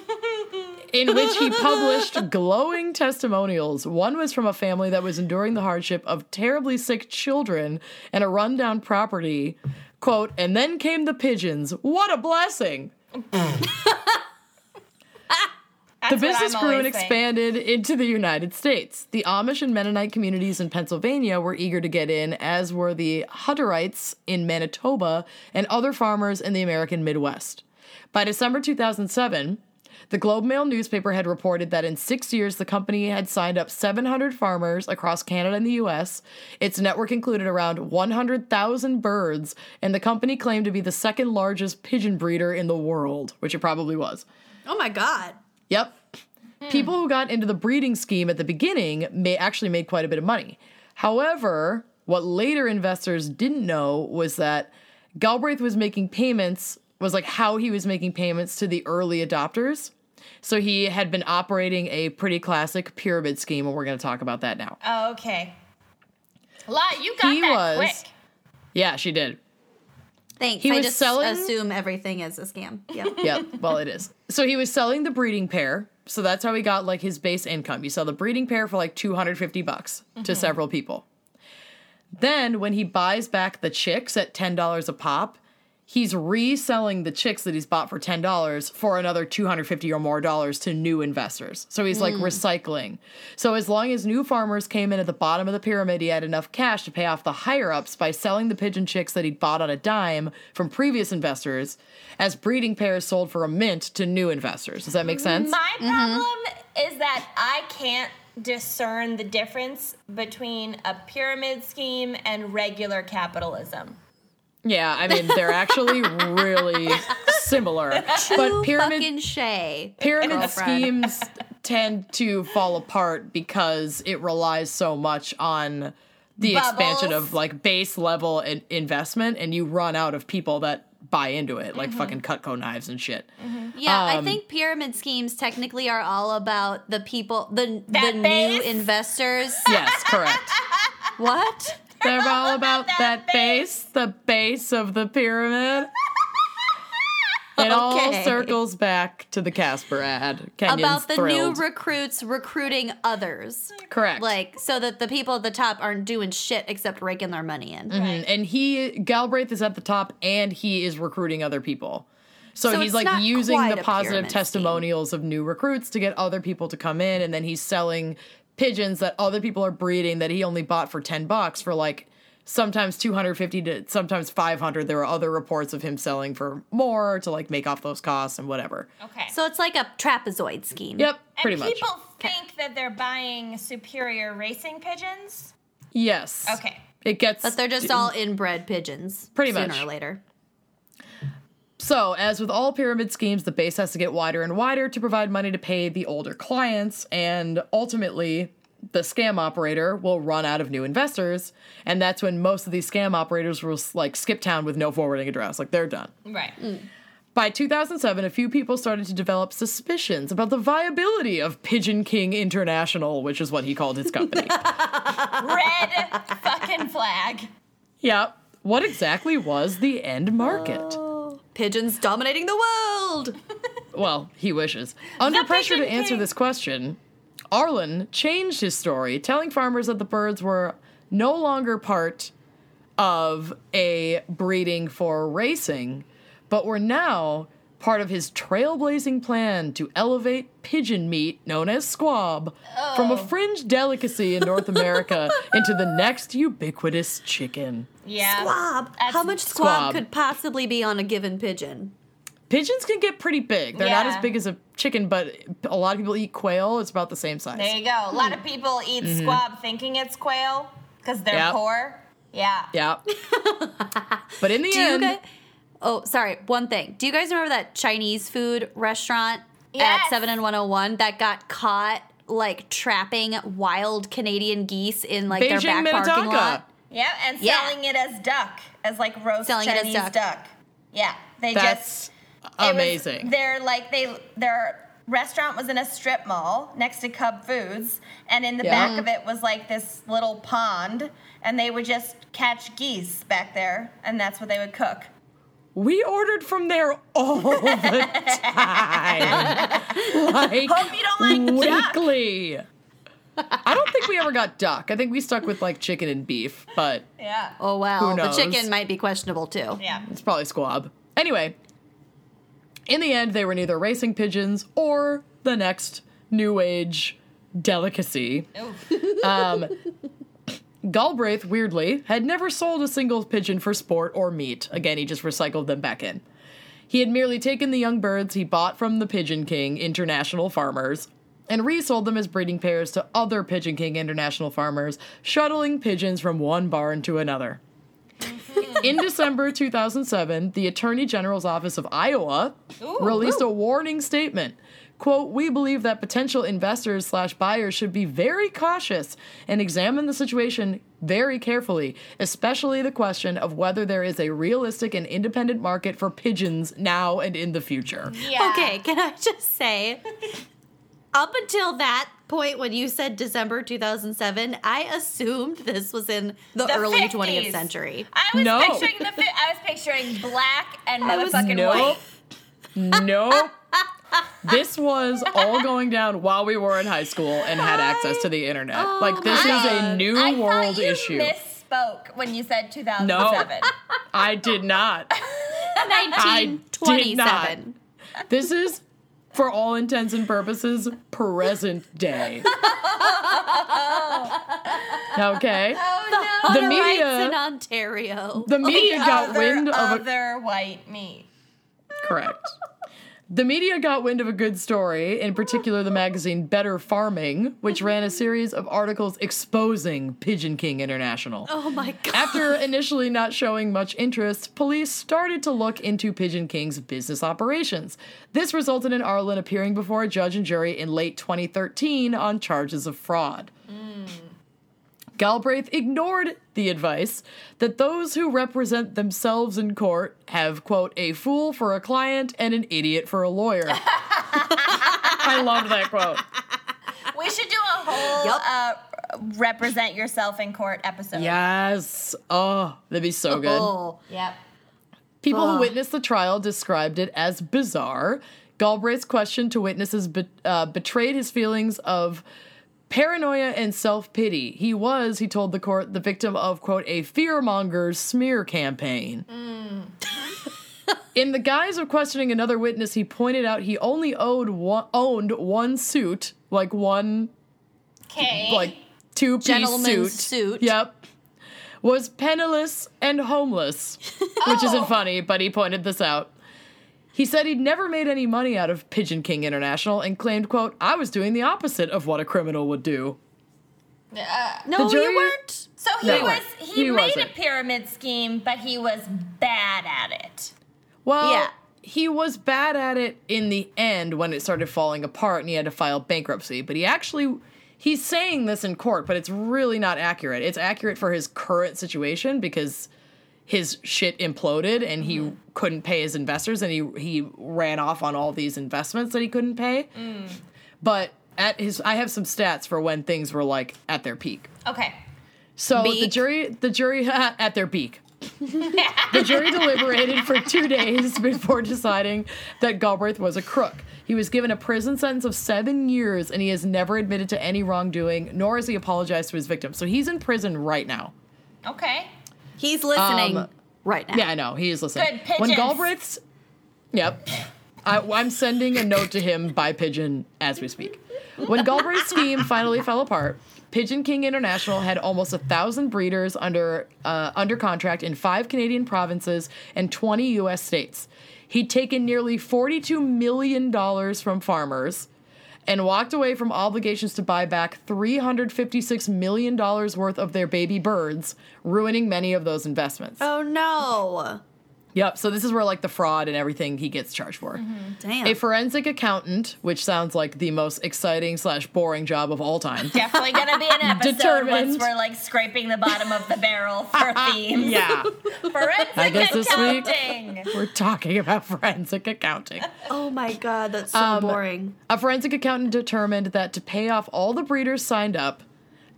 S4: in which he published glowing testimonials. One was from a family that was enduring the hardship of terribly sick children and a rundown property. Quote, and then came the pigeons. What a blessing!
S3: That's
S4: The
S3: what
S4: business
S3: I'm
S4: grew and
S3: always saying.
S4: expanded into the United States. The Amish and Mennonite communities in Pennsylvania were eager to get in, as were the Hutterites in Manitoba and other farmers in the American Midwest. By December 2007, the Globe Mail newspaper had reported that in six years, the company had signed up 700 farmers across Canada and the US. Its network included around 100,000 birds, and the company claimed to be the second largest pigeon breeder in the world, which it probably was.
S6: Oh my god.
S4: Yep. People who got into the breeding scheme at the beginning may actually made quite a bit of money. However, what later investors didn't know was that Galbraith was making payments was like how he was making payments to the early adopters. So he had been operating a pretty classic pyramid scheme and we're going to talk about that now.
S3: Oh, okay.
S5: La, you got
S4: He
S5: that
S4: was-
S5: quick.
S4: Yeah, she did.
S6: Thanks.
S4: He
S6: I
S4: was
S6: just
S4: selling-
S6: assume everything is a scam. Yeah.
S4: yep. Well, it is. So he was selling the breeding pair. So that's how he got like his base income. You sell the breeding pair for like 250 bucks to several people. Then when he buys back the chicks at $10 a pop, he's reselling the chicks that he's bought for $10 for another 250 or more dollars to new investors. So he's like recycling. So as long as new farmers came in at the bottom of the pyramid, he had enough cash to pay off the higher ups by selling the pigeon chicks that he'd bought on a dime from previous investors as breeding pairs sold for a mint to new investors. Does that make sense?
S3: My
S6: Mm-hmm.
S3: problem is that I can't discern the difference between a pyramid scheme and regular capitalism.
S4: Yeah, I mean they're actually really similar. But pyramid
S6: Fucking Shay.
S4: pyramid
S6: Girlfriend.
S4: schemes tend to fall apart because it relies so much on the expansion
S3: Bubbles.
S4: of like base level in- investment and you run out of people that buy into it
S6: Mm-hmm.
S4: like fucking cutco knives and shit
S6: Yeah,
S4: Um,
S6: I think pyramid schemes technically are all about the people, the
S3: That
S6: the
S3: base?
S6: new investors.
S4: yes correct
S6: what?
S4: they're all about that base the base of the pyramid it all
S6: Okay.
S4: circles back to the casper ad Kenyon's
S6: about the
S4: thrilled.
S6: new recruits recruiting others.
S4: correct
S6: Like so that the people at the top aren't doing shit except raking their money in.
S4: Mhm. And he Galbraith is at the top and he is recruiting other people. So,
S6: So
S4: he's
S6: it's
S4: like
S6: not
S4: using
S6: quite
S4: the
S6: a
S4: positive
S6: pyramid scheme.
S4: testimonials of new recruits to get other people to come in and then he's selling pigeons that other people are breeding that he only bought for 10 bucks for like sometimes 250 to sometimes 500 there are other reports of him selling for more to like make off those costs and whatever.
S3: Okay.
S6: So it's like a trapezoid scheme.
S4: Yep, pretty
S3: and
S4: much.
S3: people think that they're buying superior racing pigeons.
S4: yes.
S3: Okay.
S4: It gets
S6: But they're just all inbred pigeons.
S4: Pretty
S6: sooner
S4: much.
S6: or later.
S4: So, as with all pyramid schemes, the base has to get wider and wider to provide money to pay the older clients, and ultimately, the scam operator will run out of new investors, and that's when most of these scam operators will like skip town with no forwarding address, like they're done.
S3: Right.
S4: Mm. By 2007, a few people started to develop suspicions about the viability of Pigeon King International, which is what he called his company.
S3: Red fucking flag.
S4: yeah, what exactly was the end market?
S6: Pigeons dominating the world.
S4: Well, he wishes. Under pressure to
S3: Pigeon
S4: answer
S3: King.
S4: this question, Arlen changed his story, telling farmers that the birds were no longer part of a breeding for racing, but were now part of his trailblazing plan to elevate pigeon meat, known as squab, from a fringe delicacy in North America into the next ubiquitous chicken.
S3: Yeah.
S6: Squab.
S3: That's-
S6: How much squab,
S4: Squab.
S6: could possibly be on a given pigeon?
S4: Pigeons can get pretty big. They're not
S3: Yeah.
S4: as big as a chicken, but a lot of people eat quail. It's about the same size.
S3: There you go. A lot
S6: Mm.
S3: of people eat squab thinking it's quail because they're
S4: Mm-hmm. Yep.
S3: poor. Yeah.
S4: Yeah. but in the
S6: Do you
S4: end,
S6: guys? Oh, sorry. One thing. Do you guys remember that Chinese food restaurant
S3: Yes.
S6: at Seven and One Hundred One that got caught like trapping wild Canadian geese in like their
S4: Beijing
S6: back parking
S4: Minnetonka.
S6: lot?
S3: Yeah. And
S6: Yeah.
S3: selling it as duck, as like roast
S6: Selling it as
S3: Chinese
S6: duck.
S3: duck. Yeah. They just
S4: That's
S3: It was-
S4: amazing.
S3: They're like they their restaurant was in a strip mall next to Cub Foods, and in the
S4: Yeah.
S3: back of it was like this little pond, and they would just catch geese back there, and that's what they would cook.
S4: we ordered from there all the time. like
S3: Hope you don't like duck.
S4: weekly. I don't think we ever got duck. I think we stuck with like chicken and beef, but
S3: Yeah.
S6: Oh well,
S4: Who
S6: the
S4: knows?
S6: chicken might be questionable too.
S3: Yeah.
S4: it's probably squab. Anyway, in the end, they were neither racing pigeons or the next new age delicacy. um, Galbraith, weirdly, had never sold a single pigeon for sport or meat. Again, he just recycled them back in. He had merely taken the young birds he bought from the Pigeon King International Farmers and resold them as breeding pairs to other Pigeon King International Farmers, shuttling pigeons from one barn to another. In December 2007, the Attorney General's Office of Iowa released a warning statement. Quote, we believe that potential investors slash buyers should be very cautious and examine the situation very carefully, especially the question of whether there is a realistic and independent market for pigeons now and in the future.
S3: Yeah.
S6: Okay, can I just say, up until that point when you said December 2007, I assumed this was in the,
S3: The
S6: early
S3: 50s.
S6: 20th century.
S3: I was
S4: No.
S3: picturing the. Fi- I was picturing black and
S6: was-
S3: motherfucking
S4: Nope.
S3: white.
S4: nope. This was all going down while we were in high school and had access to the internet. like this is a new
S3: Oh, I
S4: world
S3: thought you
S4: issue.
S3: misspoke when you said 2007.
S4: I did not. I did not.
S6: 1927.
S4: This is, for all intents and purposes, present day. Okay.
S3: Oh
S4: The
S6: Voter rights in
S4: media,
S6: Ontario.
S4: the media
S3: no.
S4: got
S3: Other-
S4: wind of a
S3: other white meat.
S4: Correct. The media got wind of a good story, in particular the magazine Better Farming, which ran a series of articles exposing Pigeon King International.
S6: Oh my god.
S4: After initially not showing much interest, police started to look into Pigeon King's business operations. This resulted in Arlen appearing before a judge and jury in late 2013 on charges of fraud. Galbraith ignored the advice that those who represent themselves in court have, quote, a fool for a client and an idiot for a lawyer. I love that quote.
S3: We should do a whole uh, represent yourself in court episode.
S4: Yes. Oh, that'd be so good.
S6: Oh.
S3: Yep.
S4: People who witnessed the trial described it as bizarre. Galbraith's question to witnesses be- uh, betrayed his feelings of paranoia and self pity. He was, he told the court, the victim of, quote, a fearmonger's smear campaign. In the guise of questioning another witness, he pointed out he only owed one, owned one suit, like one
S3: Okay.
S4: like two piece suit.
S6: Gentleman's suit.
S4: Yep. Was penniless and homeless, which
S6: Oh.
S4: isn't funny, but he pointed this out. He said he'd never made any money out of Pigeon King International and claimed, quote, I was doing the opposite of what a criminal would do.
S6: No,
S4: jury-
S6: you weren't.
S3: so he
S4: No.
S3: was he,
S4: He
S3: made
S4: wasn't.
S3: a pyramid scheme, but he was bad at it.
S4: Well,
S6: Yeah.
S4: he was bad at it in the end when it started falling apart and he had to file bankruptcy. But he actually, he's saying this in court, but it's really not accurate. It's accurate for his current situation because his shit imploded and he couldn't pay his investors and he he ran off on all these investments that he couldn't pay. But at his, I have some stats for when things were like at their peak.
S3: Okay.
S4: So the
S6: Beak.
S4: jury, the jury at their beak. the jury deliberated for two days before deciding that Galbraith was a crook. He was given a prison sentence of seven years, and he has never admitted to any wrongdoing, nor has he apologized to his victims. So he's in prison right now.
S3: Okay.
S6: He's listening
S4: Um,
S6: right now.
S4: Yeah, I know he is listening.
S3: Good
S4: when
S3: pigeons.
S4: Galbraith's, yep, I, I'm sending a note to him by pigeon as we speak. When Galbraith's scheme finally fell apart, Pigeon King International had almost a thousand breeders under uh, under contract in five Canadian provinces and 20 U.S. states. He'd taken nearly 42 million dollars from farmers. And walked away from obligations to buy back $356 million worth of their baby birds, ruining many of those investments.
S6: Oh no.
S4: Yep. So this is where like the fraud and everything he gets charged for.
S2: Mm-hmm.
S6: Damn.
S4: A forensic accountant, which sounds like the most exciting slash boring job of all time.
S3: Definitely gonna be an episode once
S4: Determined.
S3: we're like scraping the bottom of the barrel for themes.
S4: yeah.
S3: Forensic
S4: I guess this week-
S3: accounting.
S4: We're talking about forensic accounting.
S6: oh my god, that's so
S4: Um,
S6: boring.
S4: A forensic accountant determined that to pay off all the breeders signed up,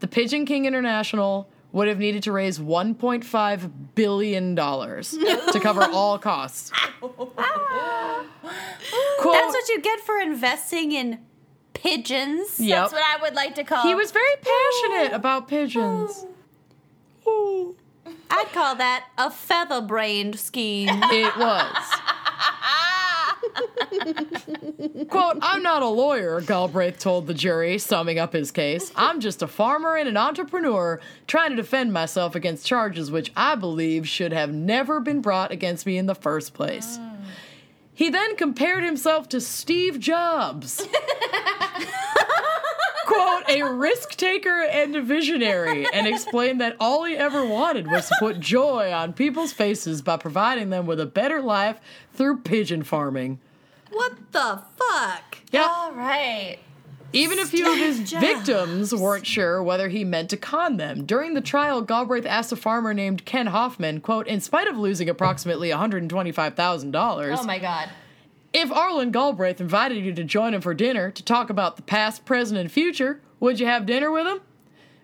S4: the Pigeon King International would have needed to raise $1.5 billion to cover all costs. Quote,
S6: That's what you get for investing in pigeons.
S4: Yep.
S2: That's what I Oh. would like to call.
S4: he was very passionate about pigeons.
S6: I'd call that a feather brained scheme.
S4: It was. Quote, I'm not a lawyer, Galbraith told the jury, summing up his case. I'm just a farmer and an entrepreneur trying to defend myself against charges which I believe should have never been brought against me in the first place. He then compared himself to Steve Jobs. Quote, a risk taker and a visionary, and explained that all he ever wanted was to put joy on people's faces by providing them with a better life through pigeon farming.
S6: what the fuck?
S4: Yeah.
S3: All right.
S4: Even a few of his victims weren't sure whether he meant to con them. During the trial, Galbraith asked a farmer named Ken Hoffman, quote, in spite of losing approximately $125,000,
S3: Oh my god.
S4: if Arlen Galbraith invited you to join him for dinner to talk about the past, present, and future, would you have dinner with him?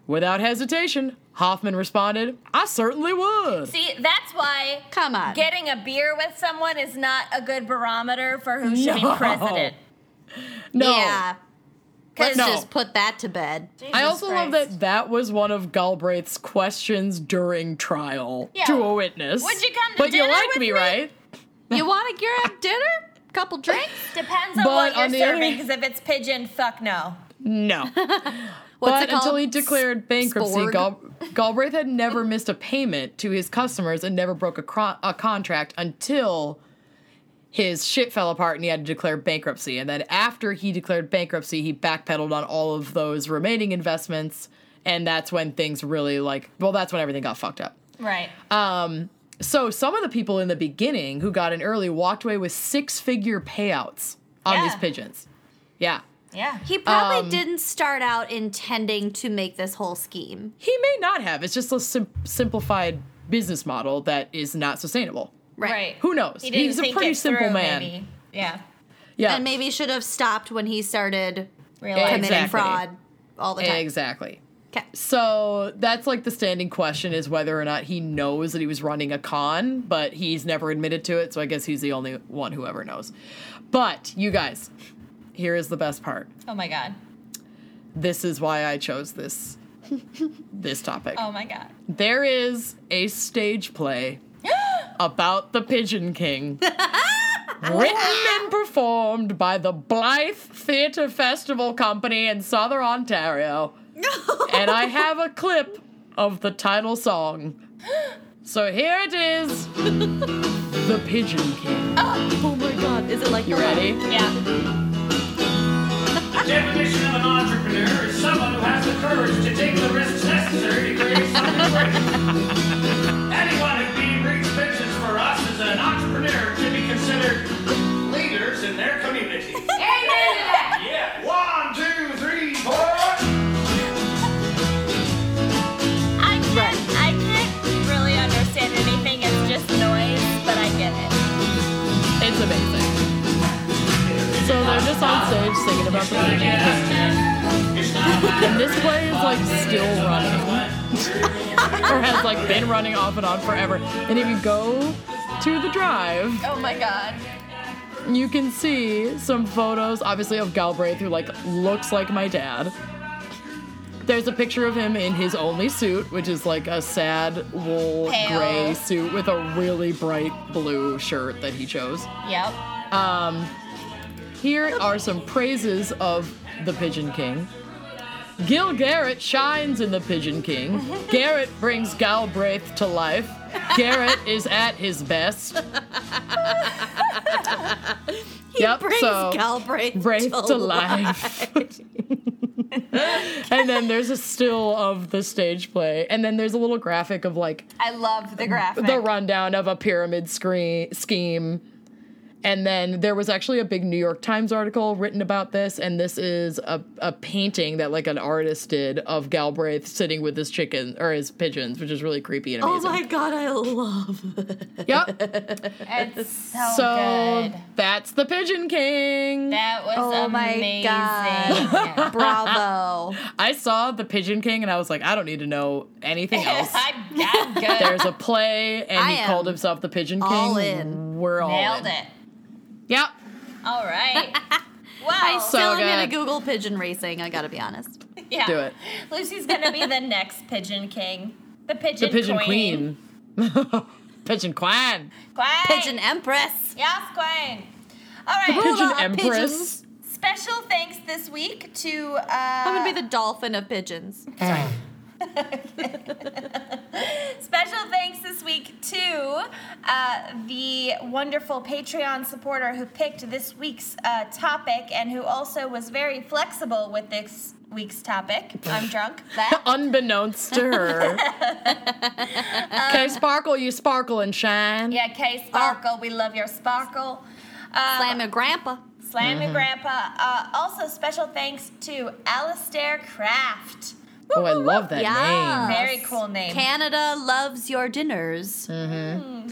S4: Without hesitation, Hoffman responded, I certainly would.
S3: See, that's why
S6: Come on.
S3: getting a beer with someone is not a good barometer for who should
S4: No.
S3: be president.
S4: No.
S6: Yeah. Let's
S4: No.
S6: just put that to bed.
S4: I also love that that was one of Galbraith's questions during trial
S3: Yeah.
S4: to a witness.
S3: Would you come to
S4: But you
S3: dinner
S4: like
S3: with
S4: me,
S3: me?
S4: right?
S6: You want to gear up dinner? Couple drinks?
S3: Depends on
S4: But
S3: what you're
S4: on the other-
S3: serving, because if it's pigeon, fuck no.
S4: No.
S6: What's
S4: but
S6: it called?
S4: until he declared bankruptcy,
S6: Sporg?
S4: Gal- Galbraith had never missed a payment to his customers and never broke a, cro- a contract until his shit fell apart and he had to declare bankruptcy. And then after he declared bankruptcy, he backpedaled on all of those remaining investments. And that's when things really like, well, that's when everything got fucked up.
S3: Right.
S4: Um, so some of the people in the beginning who got in early walked away with six figure payouts on
S3: Yeah.
S4: these pigeons. Yeah.
S3: yeah.
S6: He probably
S4: Um,
S6: didn't start out intending to make this whole scheme.
S4: He may not have. It's just a sim- simplified business model that is not sustainable.
S3: Right.
S4: Who knows?
S3: He didn't
S4: He's a
S3: think
S4: pretty
S3: it
S4: simple
S3: through,
S4: man.
S3: maybe. Yeah.
S4: Yeah.
S6: And maybe should have stopped when he started
S3: Realize.
S6: committing
S4: Exactly.
S6: fraud all the time.
S4: Exactly.
S6: 'Kay.
S4: So that's like the standing question is whether or not he knows that he was running a con, but he's never admitted to it. So I guess he's the only one who ever knows. But you guys, here is the best part.
S3: Oh my god.
S4: This is why I chose this this topic.
S3: Oh my god.
S4: There is a stage play about the Pigeon King. Written and performed by the Blythe Theatre Festival Company in Southern Ontario. and I have a clip of the title song. So here it is The Pigeon King.
S6: Oh my god, is it like
S4: You ready?
S3: Yeah.
S7: The definition of an entrepreneur is someone who has the courage to take the risks necessary to create something great. Anyone who breeds pigeons for us as an entrepreneur should be considered leaders in their community. Yeah. One, two, three, four.
S3: I can't. I can't really understand anything. It's just noise, but I get it.
S4: It's amazing. So they're just on stage singing about the Pigeon King.
S7: It's not a matter
S4: And this play is like still running. or has like been running off and on forever. And if you go to the drive,
S3: Oh my god.
S4: you can see some photos, obviously of Galbraith, who like looks like my dad. There's a picture of him in his only suit, which is like a sad wool
S3: Pale.
S4: gray suit with a really bright blue shirt that he chose.
S3: Yep.
S4: Here are some praises of the Pigeon King. Gil Garrett shines in the Pigeon King. Garrett brings Galbraith to life. Garrett is at his best. yep,
S6: Brings
S4: so
S6: Galbraith
S4: Braith
S6: to,
S4: to life. and then there's a still of the stage play. And then there's a little graphic of like
S3: I love the graphic.
S4: the rundown of a pyramid screen scheme. And then there was actually a big New York Times article written about this, and this is a, a painting that like an artist did of Galbraith sitting with his chicken or his pigeons, which is really creepy and
S2: Oh
S4: amazing.
S2: my god, I love
S4: Yep.
S3: It's so,
S4: So
S3: good.
S4: that's the Pigeon King.
S3: That was
S2: Oh my
S3: amazing.
S2: God. Bravo.
S4: I saw the Pigeon King and I was like, I don't need to know anything else.
S3: I'm, I'm good.
S4: There's a play and
S2: I
S4: he
S2: am
S4: called himself the Pigeon King.
S2: all in.
S4: We're all
S3: Nailed
S4: in.
S3: it.
S4: Yep.
S3: All right. Well,
S2: I still am gonna
S4: good.
S2: Google pigeon racing, I gotta be honest.
S3: yeah.
S4: Do it.
S3: Lucy's gonna be the next pigeon king. The pigeon.
S4: The Pigeon Queen. pigeon Queen.
S3: Queen.
S2: Pigeon Empress.
S3: Yes, queen. All right.
S4: Pigeon
S2: up,
S4: Empress.
S3: Special thanks this week to. Uh,
S2: I'm gonna
S6: Ah.
S2: be the dolphin of pigeons.
S3: Special thanks this week to uh, the wonderful Patreon supporter who picked this week's uh, topic and who also was very flexible with this week's topic. I'm drunk. That.
S4: Unbeknownst to her. Okay, Sparkle, you sparkle and shine.
S3: Yeah, Kay Sparkle, we love your sparkle. Um,
S2: Slam your grandpa.
S3: Slam
S2: Mm-hmm.
S3: your grandpa. Uh, also, special thanks to Alistair Kraft.
S4: Oh, I love that
S2: Yeah.
S4: name.
S3: Very cool name.
S2: Canada loves your dinners.
S6: Mm-hmm.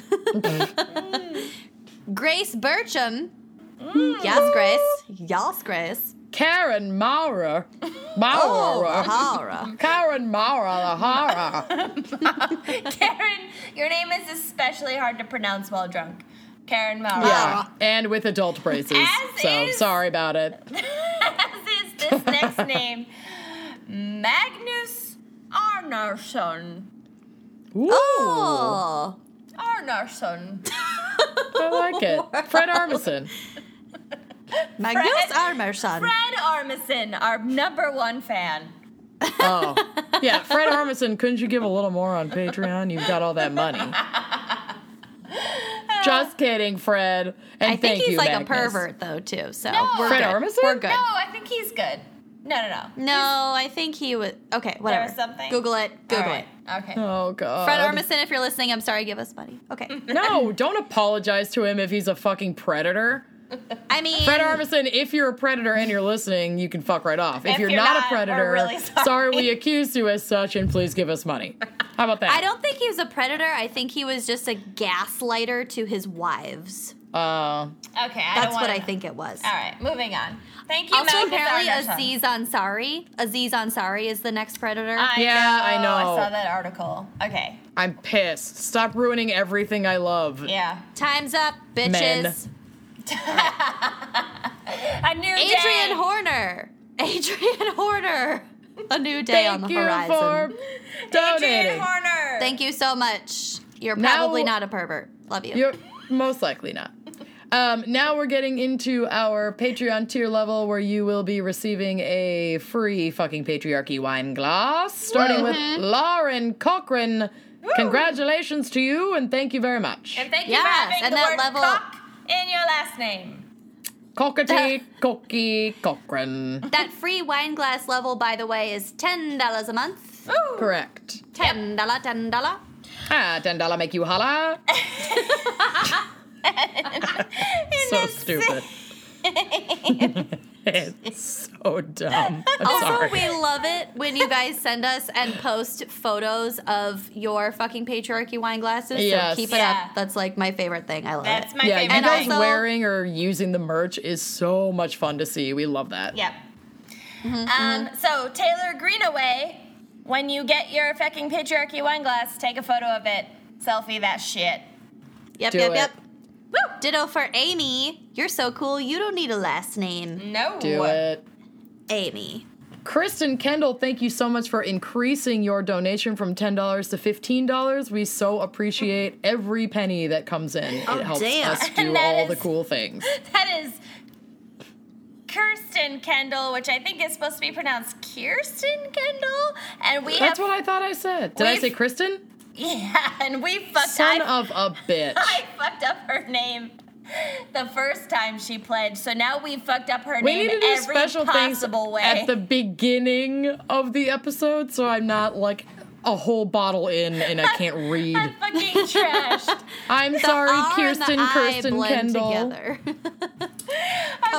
S2: Grace Burcham.
S6: Mm.
S2: Yes, Grace. Yes, Grace.
S4: Karen Maurer.
S2: Oh,
S4: Maurer.
S2: Lahara.
S4: Karen Maurer Lahara.
S3: Karen, your name is especially hard to pronounce while drunk. Karen Maurer.
S4: Yeah, and with adult braces.
S3: As
S4: so
S3: is-
S4: sorry about it.
S3: As is this next name, Magnus Arnarsson.
S4: Ooh,
S2: Oh,
S3: Arnarsson.
S4: I like it. Fred Armisen.
S2: Magnus Armerson.
S3: Fred Armisen, our number one fan.
S4: Oh, yeah, Fred Armisen. Couldn't you give a little more on Patreon? You've got all that money. Just kidding, Fred. And
S2: I
S4: thank
S2: think he's
S4: you,
S2: like a
S4: Magnus.
S2: pervert, though, too. So
S3: No.
S2: we're
S4: Fred
S2: good.
S4: Armisen?
S2: We're good.
S3: No, Oh, I think he's good. No, no, no.
S2: No, I think he was. Okay, whatever.
S3: was something?
S2: Google it.
S3: All
S2: Google
S3: right.
S2: it.
S3: Okay.
S2: Hmm.
S4: Oh God.
S2: Fred Armisen, if you're listening, I'm sorry. Give us money. Okay.
S4: No, don't apologize to him if he's a fucking predator.
S2: I mean,
S4: Fred Armisen, if you're a predator and you're listening, you can fuck right off. If, you're, not, a
S3: we're
S4: predator,
S3: really sorry.
S4: we accused you as such, and please give us money. How about that?
S2: I don't think he was a predator. I think he was just a gaslighter to his wives.
S4: Uh,
S3: Okay, I
S2: That's
S3: don't
S2: what
S3: wanna
S2: I
S3: know.
S2: think it was.
S3: All right, moving on. Thank you,
S2: Also,
S3: Magnus
S2: apparently,
S3: Arnarsson.
S2: Aziz Ansari. Aziz Ansari is the next predator.
S3: I
S4: Yeah, I know.
S3: I saw that article. Okay.
S4: I'm pissed. Stop ruining everything I love.
S3: Yeah.
S2: Time's up, bitches.
S4: Men.
S3: A new day.
S2: Adrian Horner. Adrian Horner. A new day
S4: Thank
S2: on the
S4: you
S2: horizon.
S4: for donating.
S3: Adrian Horner.
S2: Thank you so much. You're
S4: Now-
S2: probably not a pervert. Love you.
S4: You're most likely not. Um, now we're getting into our Patreon tier level where you will be receiving a free fucking patriarchy wine glass, starting with Lauren Cochran. Congratulations to you and thank you very much.
S3: And thank you for
S2: Yes,
S3: having
S2: and
S3: the
S2: that
S3: word
S2: level-
S3: cock in your last name.
S4: Cockatee, Cocky, Cochran.
S2: That free wine glass level, by the way, is ten dollars a month.
S4: Correct.
S2: Ten dollar, ten dollar.
S4: Ah, ten dollar make you holla. so stupid. it's so dumb. I'm
S2: Also,
S4: sorry.
S2: we love it when you guys send us and post photos of your fucking patriarchy wine glasses.
S4: Yes.
S2: So keep it
S3: Yeah.
S2: up. That's like my favorite thing. I love
S3: That's
S2: it.
S3: my
S4: yeah,
S3: favorite.
S4: you guys
S3: thing.
S2: also-
S4: wearing or using the merch is so much fun to see. We love that.
S3: Yep. Um, so Taylor Greenaway, when you get your fucking patriarchy wine glass, take a photo of it. Selfie that shit.
S2: Yep,
S4: Do
S2: yep,
S4: it.
S2: yep.
S3: Woo!
S2: Ditto for Amy. You're so cool. You don't need a last name,
S3: No.
S4: Do it.
S2: Amy.
S4: Kristen Kendall, thank you so much for increasing your donation from $10 to $15. We so appreciate every penny that comes in. it helps
S2: damn.
S4: us do
S3: Oh, That
S4: all
S3: is-
S4: the cool things.
S3: That is Kirsten Kendall, which I think is supposed to be pronounced Kirsten Kendall, and we
S4: That's
S3: have
S4: what I thought I said. Did I
S3: We've-
S4: say Kristen?
S3: yeah, and we fucked
S4: Son
S3: I-
S4: of a bitch.
S3: I fucked up her name the first time she pledged, so now we fucked up her
S4: We
S3: name
S4: need to do
S3: every
S4: special things
S3: possible way.
S4: at the beginning of the episode so I'm not like a whole bottle in and I can't read.
S3: Fucking trashed.
S4: I'm sorry,
S6: R and the
S4: Kirsten,
S6: I
S4: Kirsten,
S6: blend
S4: Kendall.
S6: Together.
S3: Okay.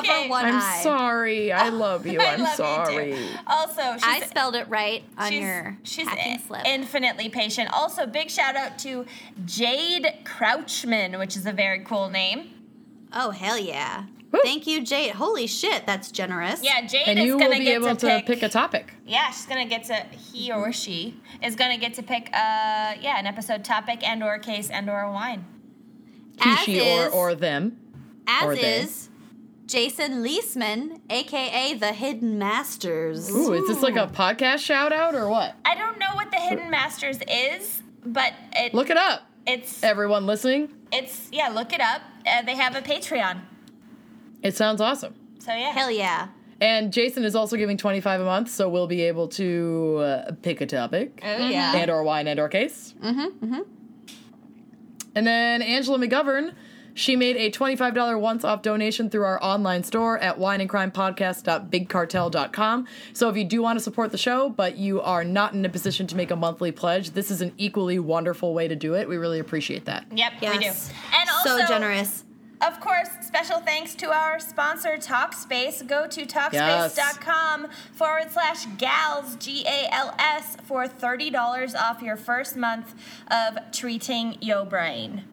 S6: Cover one
S4: I'm
S6: eye.
S4: sorry. I love you.
S3: I
S4: Oh, I'm
S3: love
S4: sorry.
S3: You too. Also, she's,
S6: I spelled it right on your
S3: she's
S6: packing
S3: i-
S6: slip.
S3: infinitely patient. Also, big shout out to Jade Crouchman, which is a very cool name.
S6: oh hell yeah! Thank you, Jade. Holy shit, that's generous.
S3: Yeah, Jade
S4: And
S3: is
S4: you will
S3: gonna
S4: be
S3: get
S4: able
S3: to, pick,
S4: a topic.
S3: Yeah, she's gonna get to he or she is gonna get to pick uh yeah an episode topic and or case and or wine.
S6: As
S4: He,
S6: is,
S4: or, or them.
S6: as
S4: or they.
S6: is Jason Leisman, aka the Hidden Masters.
S4: Ooh, is this like a podcast shout out or what?
S3: I don't know what the Hidden Masters is, but it
S4: Look it up.
S3: it's
S4: Everyone listening,
S3: it's yeah look it up. Uh, they have a Patreon,
S4: it sounds awesome.
S3: so yeah.
S6: Hell yeah!
S4: And Jason is also giving 25 a month, so we'll be able to uh, pick a topic
S3: yeah.
S4: and or wine and or case. Mm-hmm, mm-hmm. And then Angela McGovern, she made a $25 once-off donation through our online store at wineandcrimepodcast.bigcartel.com. So if you do want to support the show, but you are not in a position to make a monthly pledge, this is an equally wonderful way to do it. We really appreciate that.
S3: Yep, we do.
S6: Yes.
S3: And also,
S6: so generous.
S3: Of course, special thanks to our sponsor, Talkspace. Go to
S4: Yes.
S3: talkspace.com forward slash gals, G A L S, for $30 off your first month of treating your brain.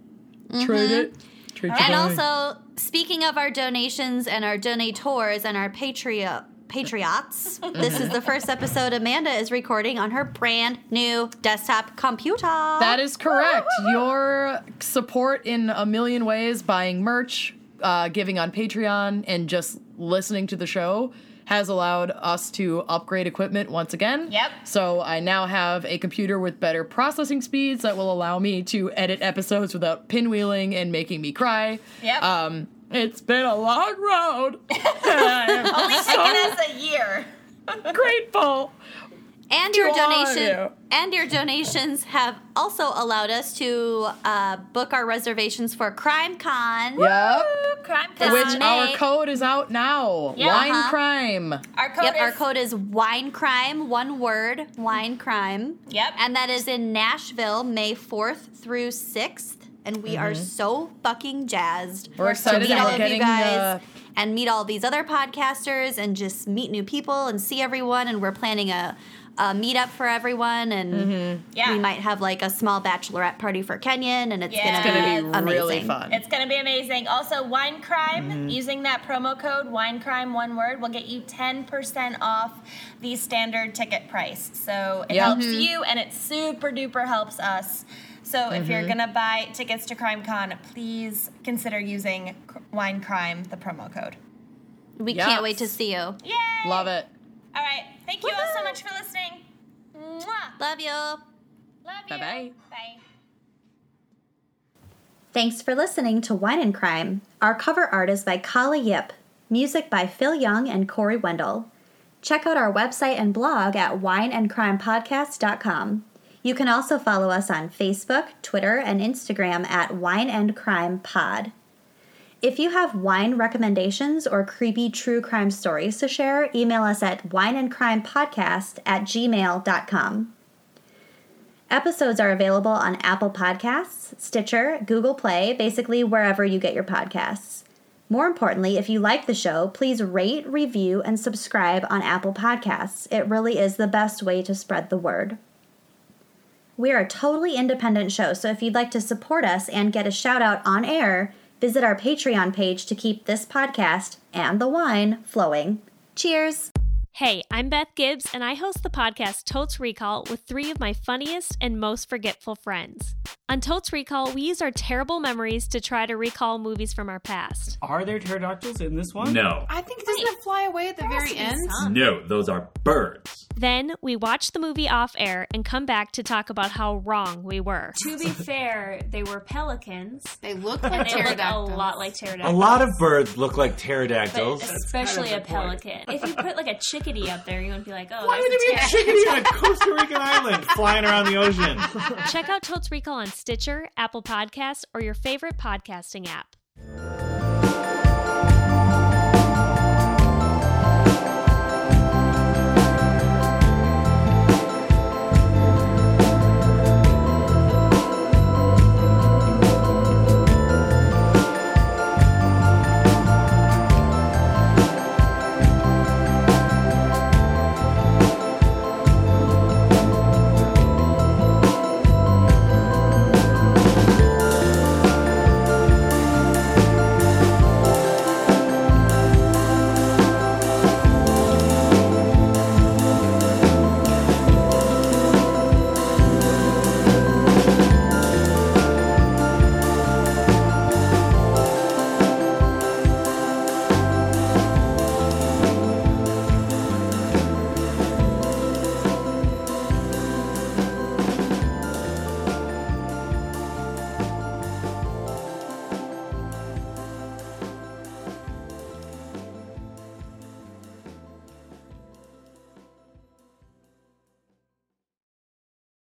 S4: Trade it. Trade your
S6: And
S4: brain.
S6: also, speaking of our donations and our donators and our patria patriots, this is the first episode Amanda is recording on her brand new desktop computer.
S4: That is correct. Your support in a million ways, buying merch, uh, giving on Patreon, and just listening to the show has allowed us to upgrade equipment once again.
S3: Yep.
S4: So I now have a computer with better processing speeds that will allow me to edit episodes without pinwheeling and making me cry.
S3: Yep.
S4: Um, it's been a long road. and I am
S3: Only taking us a year.
S4: grateful.
S6: and your
S4: to all of
S6: donation
S4: you.
S6: and your donations have also allowed us to uh, book our reservations for Crime Con.
S4: Yep.
S3: Crime
S4: Which
S3: Con.
S4: our
S6: Nick.
S4: code is out now.
S3: Yeah,
S4: Wine
S6: uh-huh.
S4: crime.
S3: Our code
S6: Yep,
S3: is
S6: our code is wine crime, one word, wine crime.
S3: Yep.
S6: And that is in Nashville, May 4th through 6th. And we are so fucking jazzed.
S4: Mm-hmm. We're
S6: to
S4: excited
S6: meet
S4: that
S6: all
S4: we're
S6: of
S4: getting
S6: you guys
S4: uh,
S6: and meet all these other podcasters and just meet new people and see everyone. And we're planning a, a meetup for everyone. And
S4: Mm-hmm.
S3: yeah.
S6: we might have like a small bachelorette party for Kenyon. And it's
S3: Yeah. It's
S6: going to be
S4: gonna be
S6: amazing.
S4: really fun.
S3: It's going to be amazing. Also, Wine Crime,
S4: Mm-hmm.
S3: using that promo code Wine Crime, one word, will get you 10% off the standard ticket price. So it
S4: Yeah. Mm-hmm.
S3: helps you and it super duper helps us. So if you're
S4: Mm-hmm.
S3: going to buy tickets to Crime Con, please consider using C- Wine Crime, the promo code.
S6: We
S4: Yes.
S6: can't wait to see you.
S3: Yay!
S4: Love it.
S3: All right. Thank you all so much for listening. Mwah.
S6: Love you.
S3: Love you.
S4: Bye-bye.
S3: Bye.
S2: Thanks for listening to Wine and Crime. Our cover art is by Kala Yip, music by Phil Young and Corey Wendell. Check out our website and blog at wineandcrimepodcast.com. You can also follow us on Facebook, Twitter, and Instagram at Wine and Crime Pod. If you have wine recommendations or creepy true crime stories to share, email us at wineandcrimepodcast at gmail.com. Episodes are available on Apple Podcasts, Stitcher, Google Play, basically wherever you get your podcasts. More importantly, if you like the show, please rate, review, and subscribe on Apple Podcasts. It really is the best way to spread the word. We are a totally independent show, so if you'd like to support us and get a shout out on air, visit our Patreon page to keep this podcast and the wine flowing. Cheers!
S8: Hey, I'm Beth Gibbs, and I host the podcast Totes Recall with three of my funniest and most forgetful friends. On Totes Recall, we use our terrible memories to try to recall movies from our past.
S9: Are there pterodactyls in this one?
S10: No.
S11: I think doesn't it fly away at the very end?
S10: No, those are birds.
S8: Then we watch the movie off air and come back to talk about how wrong we were.
S11: To be fair,
S8: They were pelicans.
S11: they look like pterodactyls.
S10: A
S8: pterodactyls.
S10: lot of birds look like pterodactyls.
S8: Especially
S9: kind of the
S8: a
S9: point.
S8: pelican. If you put like a chickadee up there, you wouldn't be like, oh,
S10: Why
S8: that's
S10: would
S8: a
S10: it be a chickadee on a Costa Rican island flying around the ocean?
S8: Check out Totes Recall on Stitcher, Apple Podcasts, or your favorite podcasting app.